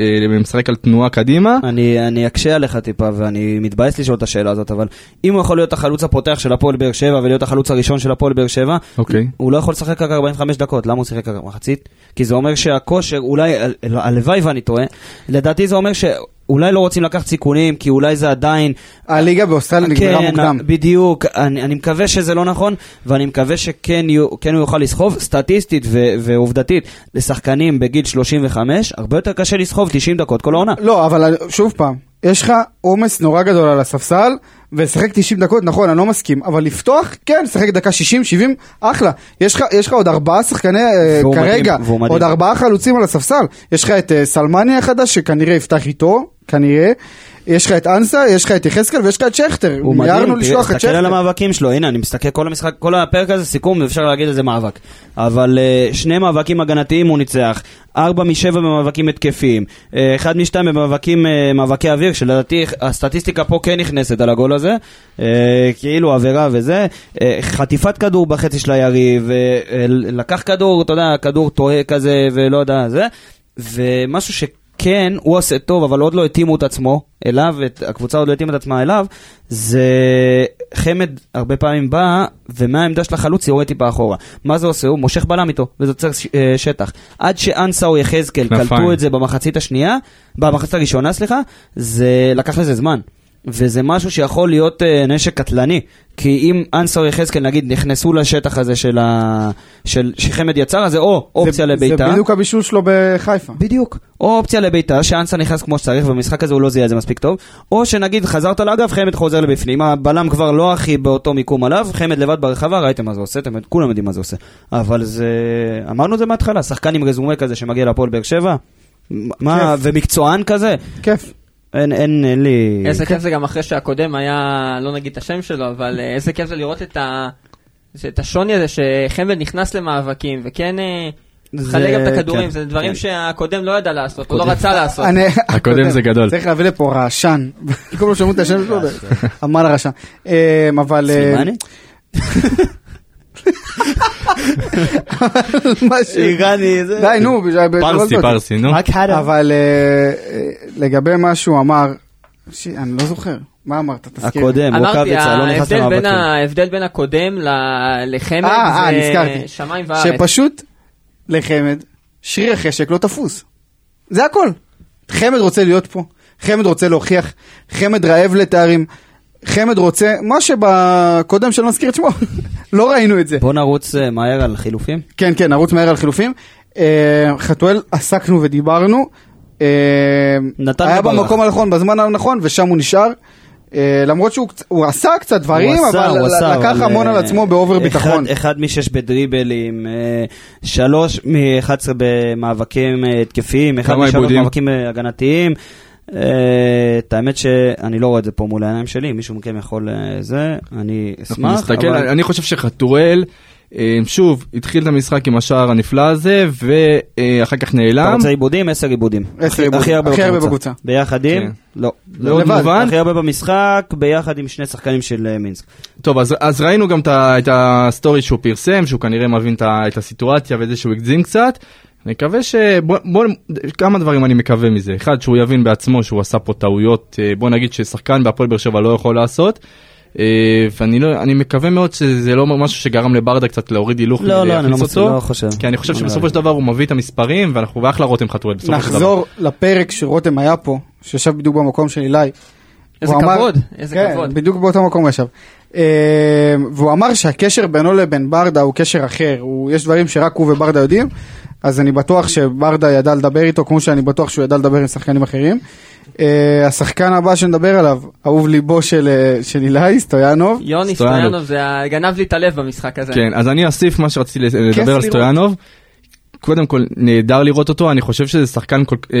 אה, אה, משחק על תנועה קדימה.
אני, אני אקשה עליך טיפה, ואני מתבאס לשאול את השאלה הזאת, אבל אם הוא יכול להיות החלוץ הפותח של הפועל באר שבע ולהיות החלוץ הראשון של הפועל באר שבע,
אוקיי.
הוא לא יכול לשחק רק 45 דקות, למה הוא שיחק רק מחצית? כי זה אומר שהכושר, אולי, אל- אל- הלוואי ואני טועה, לדעתי זה אומר שאולי לא רוצים לקחת סיכונים, כי אולי זה עדיין...
הליגה
אה,
באוסטרליה
כן,
נגמרה מוקדם.
בדיוק, אני, אני מקווה שזה לא נכון, ואני מקווה שכן יהיו- כן הוא יוכל לסחוב, סטטיסטית ו, ועובדתית, לשחקנים בגיל 35, הרבה יותר קשה לסחוב 90 דקות כל העונה.
לא, אבל שוב פעם, יש לך עומס נורא גדול על הספסל, ולשחק 90 דקות, נכון, אני לא מסכים, אבל לפתוח, כן, לשחק דקה 60, 70, אחלה. יש לך, יש לך עוד ארבעה שחקני אה,
והוא מדהים,
כרגע,
והוא מדהים.
עוד ארבעה חלוצים על הספסל. יש לך את אה, סלמני החדש, שכנראה יפתח איתו, כנראה. יש לך את אנסה, יש לך את יחזקאל ויש לך את שכטר.
הוא מדהים,
מיהרנו
תראה,
לשלוח את
תסתכל
שכטר.
על המאבקים שלו, הנה אני מסתכל כל המשחק, כל הפרק הזה סיכום, אפשר להגיד איזה מאבק. אבל אה, שני מאבקים הגנתיים הוא ניצח, ארבע משבע במאבקים התקפיים, אה, אחד משתיים במאבקים, אה, מאבקי אוויר, שלדעתי הסטטיסטיקה פה כן נכנסת על הגול הזה, אה, כאילו עבירה וזה, אה, חטיפת כדור בחצי של היריב, אה, אה, לקח כדור, אתה יודע, כדור טועה כזה ולא יודע, זה, ומשהו ש... כן, הוא עושה טוב, אבל עוד לא התאימו את עצמו אליו, את, הקבוצה עוד לא התאימה את עצמה אליו, זה חמד הרבה פעמים בא, ומהעמדה של החלוץ יורד טיפה אחורה. מה זה עושה? הוא מושך בלם איתו, וזה יוצר ש, אה, שטח. עד שאנסה או יחזקאל
כנפיים.
קלטו את זה במחצית השנייה, במחצית הראשונה, סליחה, זה לקח לזה זמן. וזה משהו שיכול להיות אה, נשק קטלני, כי אם אנסה או יחזקאל נגיד נכנסו לשטח הזה של ה... של... שחמד יצר, אז זה או אופציה
זה-
לבעיטה.
זה בדיוק הבישול שלו בחיפה.
בדיוק. או אופציה לביתה, שאנסה נכנס כמו שצריך, ובמשחק הזה הוא לא זיהה את זה מספיק טוב, או שנגיד חזרת לאגף, חמד חוזר לבפנים, הבלם כבר לא הכי באותו מיקום עליו, חמד לבד ברחבה, ראיתם מה זה עושה, אתם כולם יודעים מה זה עושה. אבל זה... אמרנו את זה מההתחלה, שחקן עם רזומה כזה שמגיע להפועל באר שבע, מה, ומקצוען כזה,
כיף.
אין, אין, אין
כן.
לי...
איזה כיף זה גם אחרי שהקודם היה, לא נגיד את השם שלו, אבל אה, איזה כיף זה לראות את ה... זה- את השוני הזה שחמד נכנס למאבקים, וכן אה,
זה-
מחלק גם את
כן,
הכדורים, זה דברים
כן.
שהקודם לא ידע לעשות, הוא לא רצה לעשות.
אני-
הקודם זה גדול.
צריך להביא לפה רעשן. כל פעם שאומרים את השם שלו, זה- אמל רעשן. אמ, אבל... אה,
סלימני?
משהו.
איראני, זה...
די, נו. בשביל- בשביל-
פרסי,
בשביל-
פרסי, נו.
רק האדם.
אבל אה, אה, לגבי מה שהוא אמר, ש- אני לא זוכר. מה אמרת? תזכיר.
הקודם,
אמרתי,
רוקאביצה, לא נכנס
ההבדל בין
למאבקים.
ה- ההבדל בין הקודם ל- לחמד
אה, אה,
זה
נזכרתי.
שמיים וארץ.
שפשוט לחמד, שריר החשק לא תפוס. זה הכל. חמד רוצה להיות פה, חמד רוצה להוכיח, חמד רעב לתארים, חמד רוצה, מה שבקודם שלא נזכיר את שמו, לא ראינו את זה.
בוא נרוץ אה, מהר על חילופים.
כן, כן, נרוץ מהר על חילופים. אה, חתואל, עסקנו ודיברנו. אה,
נתן
היה
וברח.
במקום הנכון, בזמן הנכון, ושם הוא נשאר. אה, למרות שהוא קצ- הוא עשה קצת דברים,
הוא עשה,
אבל
הוא עשה,
לקח
אבל,
המון
אה,
על עצמו באובר
אחד-
ביטחון.
אחד משש בדריבלים, אה, שלוש מ-11 במאבקים אה, התקפיים, אחד
כמה
משלוש
עיבודים?
במאבקים אה, הגנתיים. אה, את האמת שאני לא רואה את זה פה מול העיניים שלי, אם מישהו מכם יכול אה, זה, אני
אנחנו
אשמח.
נסתכל,
אבל-
אני חושב שחתואל אה, שוב, התחיל את המשחק עם השער הנפלא הזה, ואחר כך
אתה
נעלם.
רוצה עיבודים? 10 עיבודים.
עשר עיבודים. הכי הרבה בקבוצה.
ביחד עם?
כן.
לא.
זה עוד
לבד.
מובן.
הכי הרבה במשחק, ביחד עם שני שחקנים של אה, מינסק.
טוב, אז, אז ראינו גם את ה- את הסטורי שהוא פרסם, שהוא כנראה מבין את ה- את הסיטואציה ואת זה שהוא הגזים קצת. נקווה ש... בוא, בוא, כמה דברים אני מקווה מזה. אחד, שהוא יבין בעצמו שהוא עשה פה טעויות, אה, בוא נגיד ששחקן בהפועל באר שבע לא יכול לעשות. אה, ואני לא, אני מקווה מאוד שזה לא משהו שגרם לברדה קצת להוריד הילוך
לא, לא, אני לא
ולהכניס
מוצא-
אותו.
לא חושב.
כי אני חושב
לא
שבסופו
נראה
של דבר הוא מביא את המספרים, ואנחנו ואחלה רותם חתואל בסופו של דבר.
נחזור לפרק שרותם היה פה, שישב בדיוק במקום של אילי.
איזה
הוא אמר-
כבוד, איזה
כן,
כבוד.
בדיוק באותו מקום הוא ישב. אה, והוא אמר שהקשר בינו לבין ברדה הוא קשר אחר, הוא, יש דברים שרק הוא וברדה יודעים, אז אני בטוח שברדה ידע לדבר איתו, כמו שאני בטוח שהוא ידע לדבר עם שחקנים אחרים. אה, השחקן הבא שנדבר עליו, אהוב ליבו של אה, של אילי, סטויאנוב.
יוני
סטויאנוב.
סטויאנוב זה ה- גנב לי את הלב במשחק הזה.
כן, אז אני אוסיף מה שרציתי לדבר על
לראות.
סטויאנוב. קודם כל, נהדר לראות אותו, אני חושב שזה שחקן כל, אה,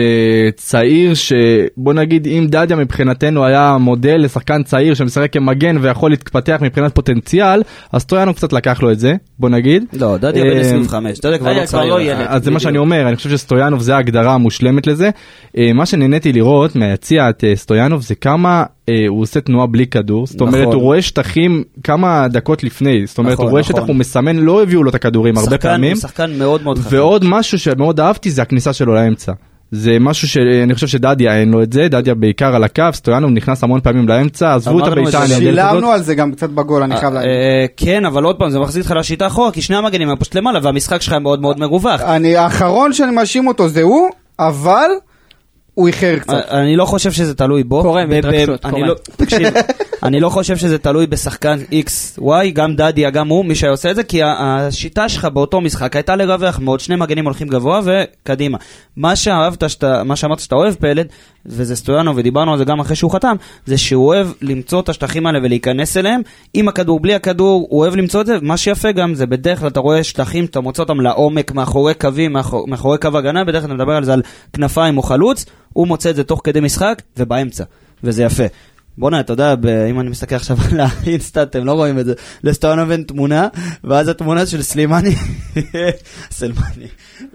צעיר שבוא נגיד אם דדיה מבחינתנו היה מודל לשחקן צעיר שמשחק כמגן ויכול להתפתח מבחינת פוטנציאל, אז סטויאנוב קצת לקח לו את זה, בוא נגיד.
לא, דדיה בן
אה,
25, דדיה כבר
דדיה
לא
כבר
צעיר.
לא ילד.
אז זה מה שאני אומר, אני חושב שסטויאנוב זה ההגדרה המושלמת לזה. אה, מה שנהניתי לראות מהיציע את אה, סטויאנוב זה כמה אה, הוא עושה תנועה בלי כדור, זאת אומרת
נכון.
הוא רואה שטחים כמה דקות לפני, זאת אומרת
נכון,
הוא רואה
נכון.
שטח, הוא מסמן, לא הביאו לו את הכדורים הרבה
שחקן-
פעמים.
שחקן מאוד מאוד חכם.
ועוד משהו שמאוד אהבתי זה הכניסה שלו לאמצע. זה משהו שאני חושב שדדיה אין לו את זה, דדיה בעיקר על הקו, סטויאנוב נכנס המון פעמים לאמצע, עזבו את
אמרנו
הבעיטה
את זה,
הנהדרת הזאת.
שילמנו על זה גם קצת בגול, אני חייב להגיד.
אה, כן, אבל עוד פעם, זה מחזיר אותך לשיטה אחורה, כי שני המגנים הם פשוט למעלה, והמשחק שלך מאוד מאוד מרווח.
אה.
אני, האחרון שאני מאשים אותו זה הוא, אבל הוא איחר קצת.
אה, אני לא חושב שזה תלוי בו.
קורה,
ב- ב-
בהתרגשות,
אני
קורה.
לא- תקשיב, אני לא חושב שזה תלוי בשחקן XY, גם דדיה, גם הוא, מי שהיה עושה את זה, כי ה- השיטה שלך באותו משחק הייתה לרווח מאוד, שני מגנים הולכים גבוה וקדימה. מה שאהבת, שאתה- מה שאמרת שאתה אוהב פלד, וזה סטויאנו, ודיברנו על זה גם אחרי שהוא חתם, זה שהוא אוהב למצוא את השטחים האלה ולהיכנס אליהם, עם הכדור, בלי הכדור, הוא אוהב למצוא את זה, מה שיפה גם זה בדרך כלל אתה רואה שטחים, אתה מוצא אותם לעומק, מאחורי קווים, מאחור- מאחורי קו הגנה, בדרך כלל אתה מדבר על זה על כנפיים או חלוץ, הוא מוצא את זה תוך כדי משחק ובאמצע, וזה יפה. בואנה, אתה יודע, ב- אם אני מסתכל עכשיו על האינסטה, אתם לא רואים את זה, לסטונובן תמונה, ואז התמונה של סלימני, סלמני,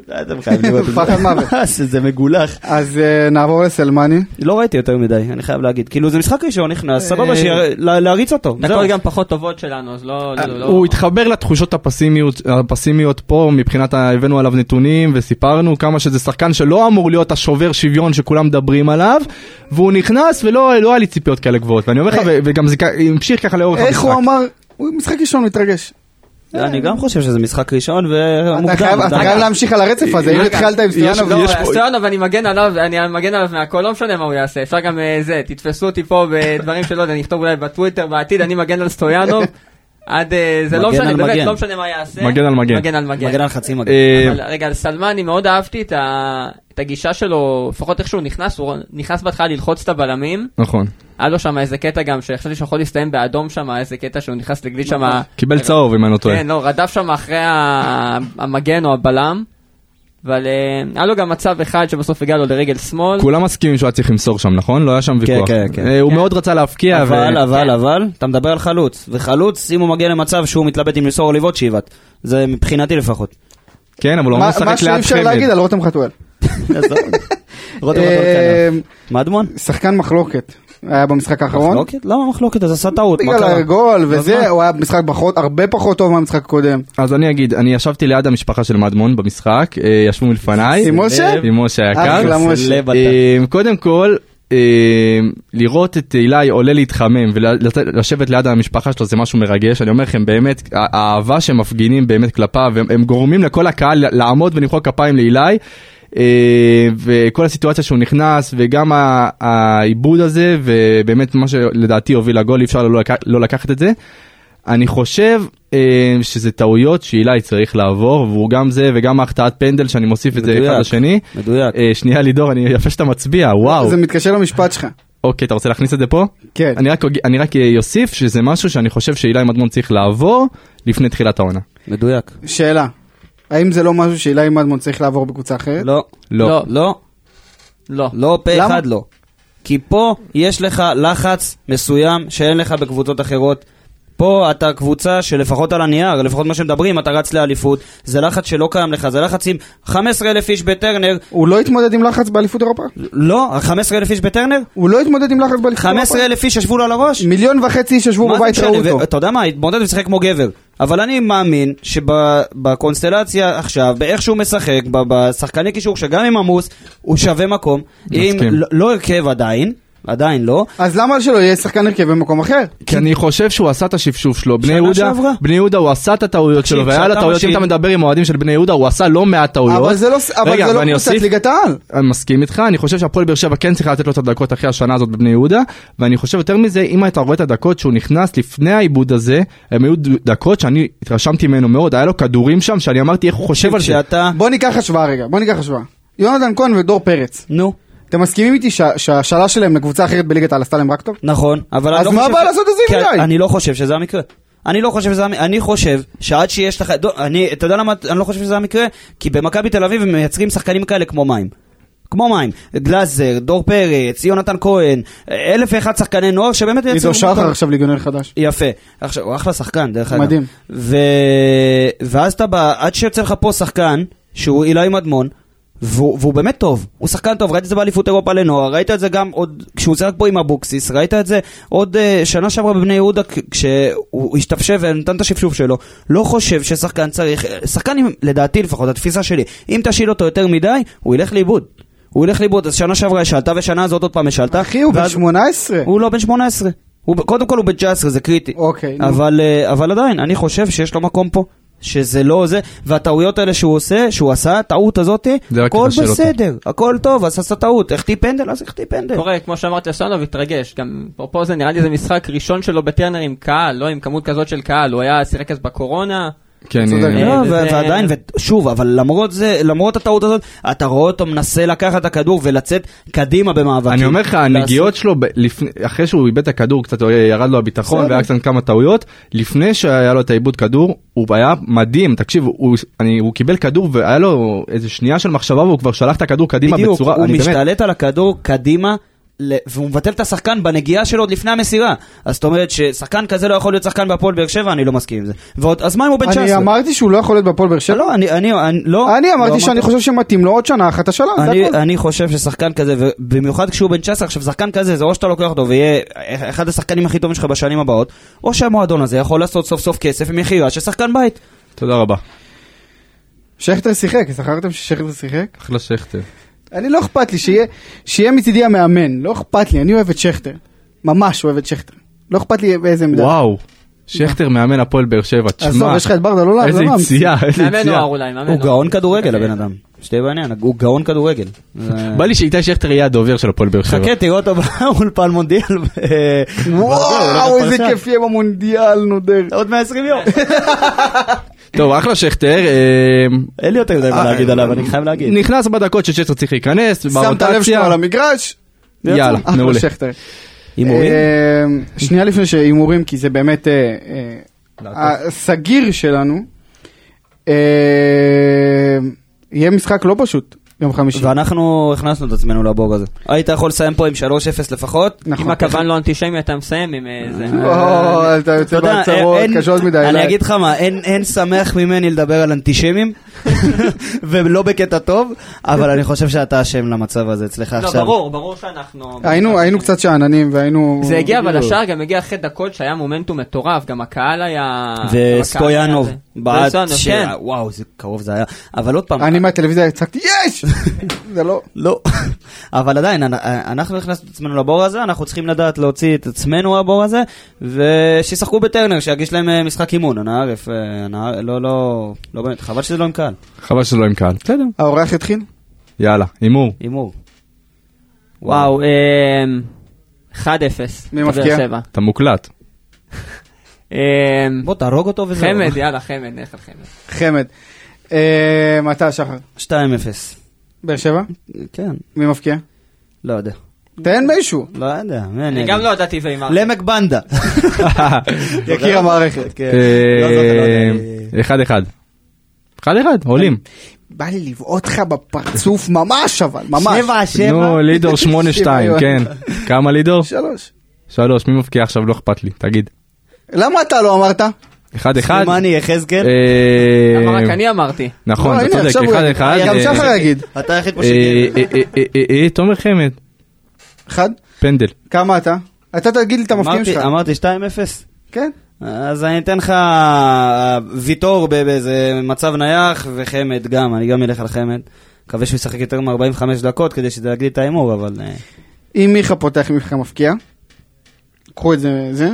לא, אתם חייבים לראות את זה,
פחד מוות.
מה זה, זה מגולח.
אז אה, נעבור לסלמני.
לא ראיתי יותר מדי, אני חייב להגיד. כאילו, זה משחק ראשון, נכנס, סבבה,
אה, נכון,
שיה- לה- להריץ אותו. זהו.
דקות גם פחות טובות שלנו, אז לא... לא- לא-
אה, הוא התחבר לתחושות הפסימיות, הפסימיות פה מבחינת, ה- הבאנו עליו נתונים וסיפרנו כמה שזה שחקן שלא אמור להיות השובר שוויון שכולם מדברים עליו, והוא נכנס ולא לא היה לי ציפיות כאלה גבוהות, ואני אומר לך, ו- וגם זה כ- המשיך ככה לאורך
אה, איך הוא
המשחק.
אמר? הוא משחק ראשון מתרגש.
אה, אני גם חושב שזה משחק ראשון
אתה
ומוקדם.
חייב- אתה חייב להמשיך על הרצף הזה, אם
רגע,
התחלת עם
יש-
סטויאנוב.
לא,
יש פה-
סטויאנוב, אני מגן עליו, אני מגן עליו מהכל, לא משנה מה הוא יעשה. אפשר גם אה, זה, תתפסו אותי פה בדברים שלא יודע, אני אכתוב אולי בטוויטר בעתיד, אני מגן על סטויאנוב. עד אה, זה לא
מגן
משנה,
על
באמת
מגן.
לא משנה מה יעשה.
מגן על מגן.
מגן על מגן.
מגן על חצי מגן.
אה,
אבל רגע, על סלמני מאוד אהבתי את ה- את הגישה שלו, לפחות איך שהוא נכנס, הוא נכנס בהתחלה ללחוץ את הבלמים.
נכון,
היה לו שם איזה קטע גם, שחשבתי שיכול להסתיים באדום שם, איזה קטע שהוא נכנס לגליד שם.
קיבל
אה,
צהוב אם אני לא טועה.
כן, לא, רדף שם אחרי ה- המגן או הבלם. אבל אה, היה לו גם מצב אחד שבסוף הגע לו לרגל שמאל.
נכון.
כולם מסכימים שהוא היה צריך למסור שם, נכון? לא היה שם ויכוח.
כן, כן.
אה, הוא
כן.
מאוד רצה להפקיע,
אבל,
ו-
אבל,
כן.
אבל, אתה מדבר על חלוץ. וחלוץ, אם הוא מגיע למצב שהוא מתלבט אם למסור או לבעוט, שיבעט. זה מבחינתי לפחות.
כן, אבל הוא
מה
אמור לשחק
מה שאי
ליד
אפשר להגיד
חמד.
על רותם חתואל.
עזוב. רותם
אה,
הכל כנף. מדמון?
שחקן מחלוקת היה במשחק האחרון.
מחלוקת? למה מחלוקת? אז עשה טעות, מה
בגלל
קרה?
הגול
אז
וזה,
מה?
הוא היה במשחק פחות- הרבה פחות טוב מהמשחק הקודם.
אז אני אגיד, אני ישבתי ליד המשפחה של מדמון במשחק, אה, ישבו מלפניי. אה,
עם משה?
עם משה היקר.
אחלה משה.
סלב אה, אתה.
אמ, קודם כל, אמ, לראות את אילי עולה להתחמם ולשבת ליד המשפחה שלו זה משהו מרגש. אני אומר לכם, באמת, הא- האהבה שהם מפגינים באמת כלפיו, הם, הם גורמים לכל הקהל לעמוד ולמחוא כפיים לאילי. אה, וכל הסיטואציה שהוא נכנס וגם ה- העיבוד הזה ובאמת מה שלדעתי הוביל לגול אי אפשר לא, לק... לא לקחת את זה. אני חושב אה, שזה טעויות שאילי צריך לעבור והוא גם זה וגם ההחטאת פנדל שאני מוסיף את זה
מדויק.
אחד לשני.
מדויק.
אה, שנייה לידור, אני יפה שאתה מצביע, וואו.
זה מתקשר למשפט שלך.
אוקיי, אתה רוצה להכניס את זה פה?
כן.
אני רק אוג- אני רק אה, אוסיף שזה משהו שאני חושב שאילי מדמון צריך לעבור לפני תחילת העונה.
מדויק.
שאלה. האם זה לא משהו שאילי מדמון צריך לעבור בקבוצה אחרת?
לא.
לא.
לא.
לא.
לא, פה
אה, למה?
אחד לא. כי פה יש לך לחץ מסוים שאין לך בקבוצות אחרות. פה פה אתה קבוצה שלפחות על הנייר, לפחות מה שמדברים, אתה רץ לאליפות, זה לחץ שלא קיים לך, זה לחץ עם 15,000 איש בטרנר,
הוא לא התמודד עם לחץ באליפות אירופה?
לא, 15,0ף איש בטרנר?
הוא לא התמודד עם לחץ באליפות אירופה?
15,000 איש ישבו לו על הראש?
מיליון וחצי איש ישבו
מה זה
בבית
משנה?
ראו
ו-
אותו.
אתה יודע מה, התמודד ושיחק כמו גבר. אבל אני מאמין שבקונסטלציה עכשיו, באיך שהוא משחק, ב- בשחקני קישור שגם עם עמוס, הוא שווה מקום. אם
מסכים.
לא- לא הרכב עדיין, עדיין לא.
אז למה שלא יהיה שחקן הרכב במקום אחר?
כי אני חושב שהוא עשה את השפשוף שלו. בני
שנה
יהודה,
שעברה.
בני יהודה הוא עשה את הטעויות
תקשיב,
שלו, והיה
כשאתה
לטעויות, אם
משאיר-
אתה מדבר עם אוהדים של בני יהודה, הוא עשה לא מעט טעויות.
אבל זה לא
רגע,
אבל זה לא
ואני
קבוצת
אוסיף-
ליגת העל.
אני מסכים איתך, אני חושב שהפועל באר שבע כן צריכה לתת לו את הדקות אחרי השנה הזאת בבני יהודה, ואני חושב יותר מזה, אם אתה רואה את הדקות שהוא נכנס לפני העיבוד הזה, הם היו ד- דקות שאני התרשמתי ממנו מאוד, היה לו כדורים שם, שאני אמרתי איך הוא
כן,
חושב על זה.
כשאתה...
בוא ניקח השוואה רגע, בוא ניקח השוואה. יונתן כהן ודור פרץ,
נו,
אתם מסכימים איתי שה- שהשאלה שלהם לקבוצה אחרת בליגת העל עשתה להם רק טוב?
נכון, אבל
אז
אני לא
מה
חושב
הבעיה
ש-
לעשות את זה עם
כי
ידיי?
אני לא חושב שזה המקרה. אני לא חושב שזה המקרה, אני חושב שעד שיש לך, דו- אני, אתה יודע למה אני לא חושב שזה המקרה? כי במכבי תל אביב הם מייצרים שחקנים כאלה כמו מים. כמו מים. גלאזר, דור פרץ, יונתן כהן, אלף ואחד שחקני נוער שבאמת מייצרים...
עידו שחר עכשיו ליגיונר חדש.
יפה. עכשיו, הוא אחלה שחקן, דרך אגב.
מדהים.
ו... ואז אתה בא, עד שיוצא לך פה שחקן, שהוא אילי מדמון, והוא, והוא באמת טוב, הוא שחקן טוב, ראית את זה באליפות אירופה לנוער, ראית את זה גם עוד, כשהוא שיחק פה עם אבוקסיס, ראית את זה עוד uh, שנה שעברה בבני יהודה, כ- כשהוא השתפשף ונתן את השפשוף שלו, לא חושב ששחקן צריך, שחקן עם, לדעתי לפחות, התפיסה שלי, אם תשאיל אותו יותר מדי, הוא ילך לאיבוד. הוא ילך לאיבוד, אז שנה שעברה השאלת, ושנה הזאת עוד פעם השאלת.
אחי, הוא בן
ואז-
18.
הוא לא בן 18. הוא, ב- קודם כל הוא בן 19, זה קריטי.
אוקיי, נו.
אבל, אה, אבל עדיין, אני חושב שיש לו מקום פה. שזה לא זה, והטעויות האלה שהוא עושה, שהוא עשה, הטעות הזאתי,
זה רק
הכל
יחשל אותו.
בסדר, הכל טוב, אז עשה טעות, החטיא פנדל, אז החטיא פנדל.
קורה, כמו שאמרתי, אסונוב התרגש. גם פה- פה זה נראה לי זה משחק ראשון שלו בטרנר עם קהל, לא עם כמות כזאת של קהל. הוא היה שיחק אז בקורונה.
כן,
צודק.
אה,
לא,
זה-
ו-
זה-
ועדיין, שוב, אבל למרות זה, למרות הטעות הזאת, אתה רואה אותו מנסה לקחת את הכדור ולצאת קדימה במאבקים.
אני אומר לך,
לעשות-
הנגיעות שלו, ב- לפני- אחרי שהוא איבד את הכדור, קצת אה, ירד לו הביטחון,
בסדר.
והיה קצת כמה טעויות, לפני שהיה לו את העיבוד כדור, הוא היה מדהים, תקשיב, הוא- אני- הוא קיבל כדור והיה לו איזה שנייה של מחשבה והוא כבר שלח את הכדור קדימה
בדיוק,
בצורה,
הוא
אני באמת-
משתלט על הכדור קדימה, ל- והוא מבטל את השחקן בנגיעה שלו עוד לפני המסירה. אז זאת אומרת ששחקן כזה לא יכול להיות שחקן בהפועל באר שבע, אני לא מסכים עם זה. ועוד, אז מה אם הוא בן 19?
אני אמרתי שהוא לא יכול להיות בהפועל באר שבע.
לא, אני, אני, אני, לא.
אני
לא
אמרתי שאני חושב שמתאים לו עוד שנה אחת השאלה, זה
אני,
הכל.
אני חושב ששחקן כזה, ובמיוחד כשהוא בן 19, עכשיו שחקן כזה, זה או שאתה לוקח אותו ויהיה אה, אחד השחקנים הכי טובים שלך בשנים הבאות, או שהמועדון הזה יכול לעשות סוף סוף כסף ממכירה של שחקן בית.
תודה רבה.
שכטר שיחק, זכרתם ששכטר שיחק?
אחלה שכטר.
אני לא אכפת לי, שיהיה- שיהיה מצידי המאמן, לא אכפת לי, אני אוהב את שכטר. ממש אוהב את שכטר. לא אכפת לי באיזה מידה.
וואו, שכטר מאמן הפועל באר שבע,
עזוב,
תשמע,
יש לך את ברדה, לא
איזה
לא מאמין.
יציאה, איזה
מאמן
יציאה.
נוער אולי, מאמן לא? אוקיי.
הוא
נוער.
גאון כדורגל הבן אדם. שתהיה בעניין, הוא גאון כדורגל. זה-
בא לי שאיתי שכטר יהיה הדובר של הפועל באר שבע.
חכה, תראו אותו באולפן מונדיאל. ו-
וואו,
הוא
איזה
פרשן.
כיף יהיה במונדיאל, נו דר.
עוד 120 יום.
טוב, אחלה שכטר. אה,
אין לי יותר מדי מה להגיד
אה,
עליו, אני חייב להגיד.
נכנס בדקות ששכטר צריך להיכנס,
שמת לב שלו
ברוטציה.
על המגרש?
יאללה,
אחלה
מעולה.
שכטר.
הימורים?
אה, שנייה לפני שהימורים, כי זה באמת אה, אה, הסגיר שלנו. אה, יהיה משחק לא פשוט יום חמישי.
ואנחנו הכנסנו את עצמנו לבור הזה. היית יכול לסיים פה עם 3-0 לפחות.
נכון.
אם הכוון לא אנטישמי אתה מסיים עם אה, זה.
וואו, אתה יוצא
אתה יודע,
בהצהרות
אין-
קשות מדי.
אני
אליי.
אגיד לך מה, אין אין שמח ממני לדבר על אנטישמים, ולא בקטע טוב, אבל אני חושב שאתה אשם למצב הזה אצלך
לא,
עכשיו.
ברור, ברור שאנחנו...
היינו היינו קצת שאננים והיינו...
זה הגיע, אבל
כאילו-
השער גם הגיע אחרי דקות שהיה מומנטום מטורף, גם הקהל היה...
וסטויאנוב
גם הקהל היה אה, זה.
בעט,
וסטויאנוב,
ש-
כן.
וואו, זה קרוב זה היה, אבל עוד פעם,
אני מהטלוויזיה הצעקתי יש! זה לא...
לא. אבל עדיין, אנ- אה, אנחנו הכנסנו את עצמנו לבור הזה, אנחנו צריכים לדעת להוציא את עצמנו מהבור הזה, ושישחקו בטרנר, שיגיש להם אה, משחק אימון, אנא ערף, אה, אנא- לא, לא, לא באמת, חבל שזה לא עם קהל,
חבל שלא עם קהל. בסדר.
האורח התחיל?
יאללה, הימור.
הימור.
וואו, אמ, 1-0.
מי
לבאר
מבקיע?
שבע.
אתה מוקלט.
אמ,
בוא תהרוג אותו וזהו.
חמד, יאללה, חמד, נלך על חמד.
חמד. אה, מתי השחר?
2-0.
באר שבע?
כן,
מי מבקיע?
לא יודע.
תן מישהו.
לא יודע, מי אני
אני
יודע.
גם לא ידעתי ואימר.
למק בנדה.
יקיר המערכת.
כן. לא, זאת לא
אה,
יודע, אה,
אחד אחד. אחד אחד, עולים.
בא לי לבעוט לך בפרצוף ממש אבל, ממש.
שבע, שבע.
נו, לידור שמונה שתיים,
שוויון.
כן. כמה לידור?
שלוש.
שלוש, מי מבקיע עכשיו? לא אכפת לי, תגיד.
למה אתה לא אמרת?
אחד אחד.
סלימני, יחזקאל.
אה,
למה רק אני אמרתי?
נכון, אתה
לא, הנה,
צודק,
עכשיו הוא
אחד
יגיד.
אחד.
גם
אה,
שחר יגיד.
אתה היחיד פה
אה,
שגיע.
אה, אה, אה, אה, אה, תומר חמד,
אחד?
פנדל.
כמה אתה? אתה תגיד לי את המפקיעים
אמרתי-
שלך.
אמרתי 2-0.
כן?
אז אני אתן לך אה, ויטור ב- באיזה מצב נייח, וחמד גם, אני גם אלך על חמד. מקווה שהוא ישחק יותר מ-45 דקות כדי שזה יגדיל את ההימור, אבל... אה,
אם מיכה פותח, מיכה מפקיע. קחו את זה, זה.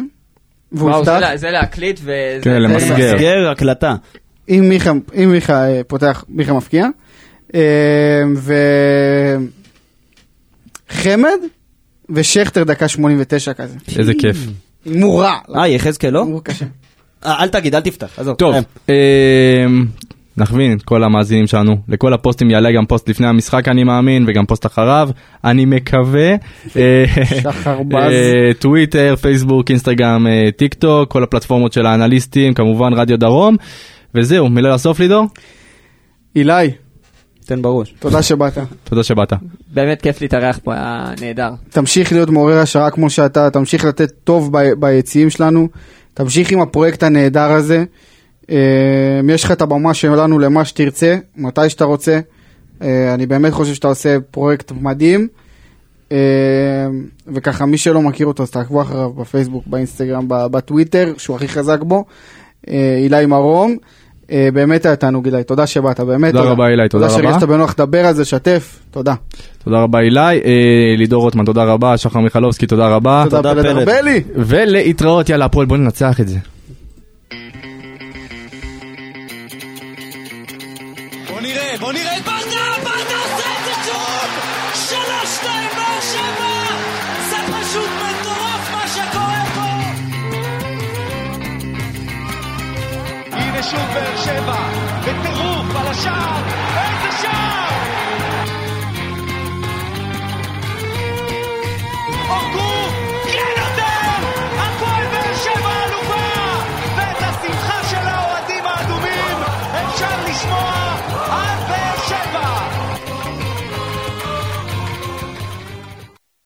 והוא
וואו, זה
יפתח.
לה- זה להקליט וזה...
כן,
זה-
למסגר.
סגר הקלטה.
אם מיכה, אם מיכה אה, פותח, מיכה מפקיע. אה, ו... חמד ושכטר דקה 89 כזה.
איזה כיף.
הימור רע.
אה, יחזקאל לא?
הימור קשה.
אה, אל תגיד, אל תפתח, עזוב.
טוב,
אה,
אה, נכווין את כל המאזינים שלנו. לכל הפוסטים יעלה גם פוסט לפני המשחק, אני מאמין, וגם פוסט אחריו. אני מקווה. אה,
שחר בז.
אה, טוויטר, פייסבוק, אינסטגרם, אה, טיק טוק, כל הפלטפורמות של האנליסטים, כמובן רדיו דרום. וזהו, מילה לסוף לידור,
אילי,
תן בראש.
תודה שבאת.
תודה שבאת.
באמת כיף להתארח פה, היה נהדר.
תמשיך להיות מעורר השראה כמו שאתה, תמשיך לתת טוב ב- ביציעים שלנו, תמשיך עם הפרויקט הנהדר הזה. אה, יש לך את הבמה שלנו למה שתרצה, מתי שאתה רוצה. אה, אני באמת חושב שאתה עושה פרויקט מדהים. אה, וככה, מי שלא מכיר אותו, אז תעקבו אחריו בפייסבוק, באינסטגרם, ב- בטוויטר, שהוא הכי חזק בו. אה, אילי מרום. אה, באמת היה תענוג אילי, תודה שבאת, באמת.
תודה רבה, אילי, תודה רבה.
תודה שהרגשת בנוח לדבר על זה, שתף, תודה.
תודה רבה אילי, אה, לידור רוטמן תודה רבה, שחר מיכלובסקי תודה רבה,
אה, תודה
פלד.
פלד ארבלי.
ולהתראות יאללה הפועל בוא ננצח את זה.
בוא נראה, בוא נראה את ברדה, ברדה עושה את זה שוב! שלוש, שתיים, באר שבע! זה פשוט מטורף מה שקורה פה! הנה שוב באר שבע, בטירוף על השער! איזה שער! כן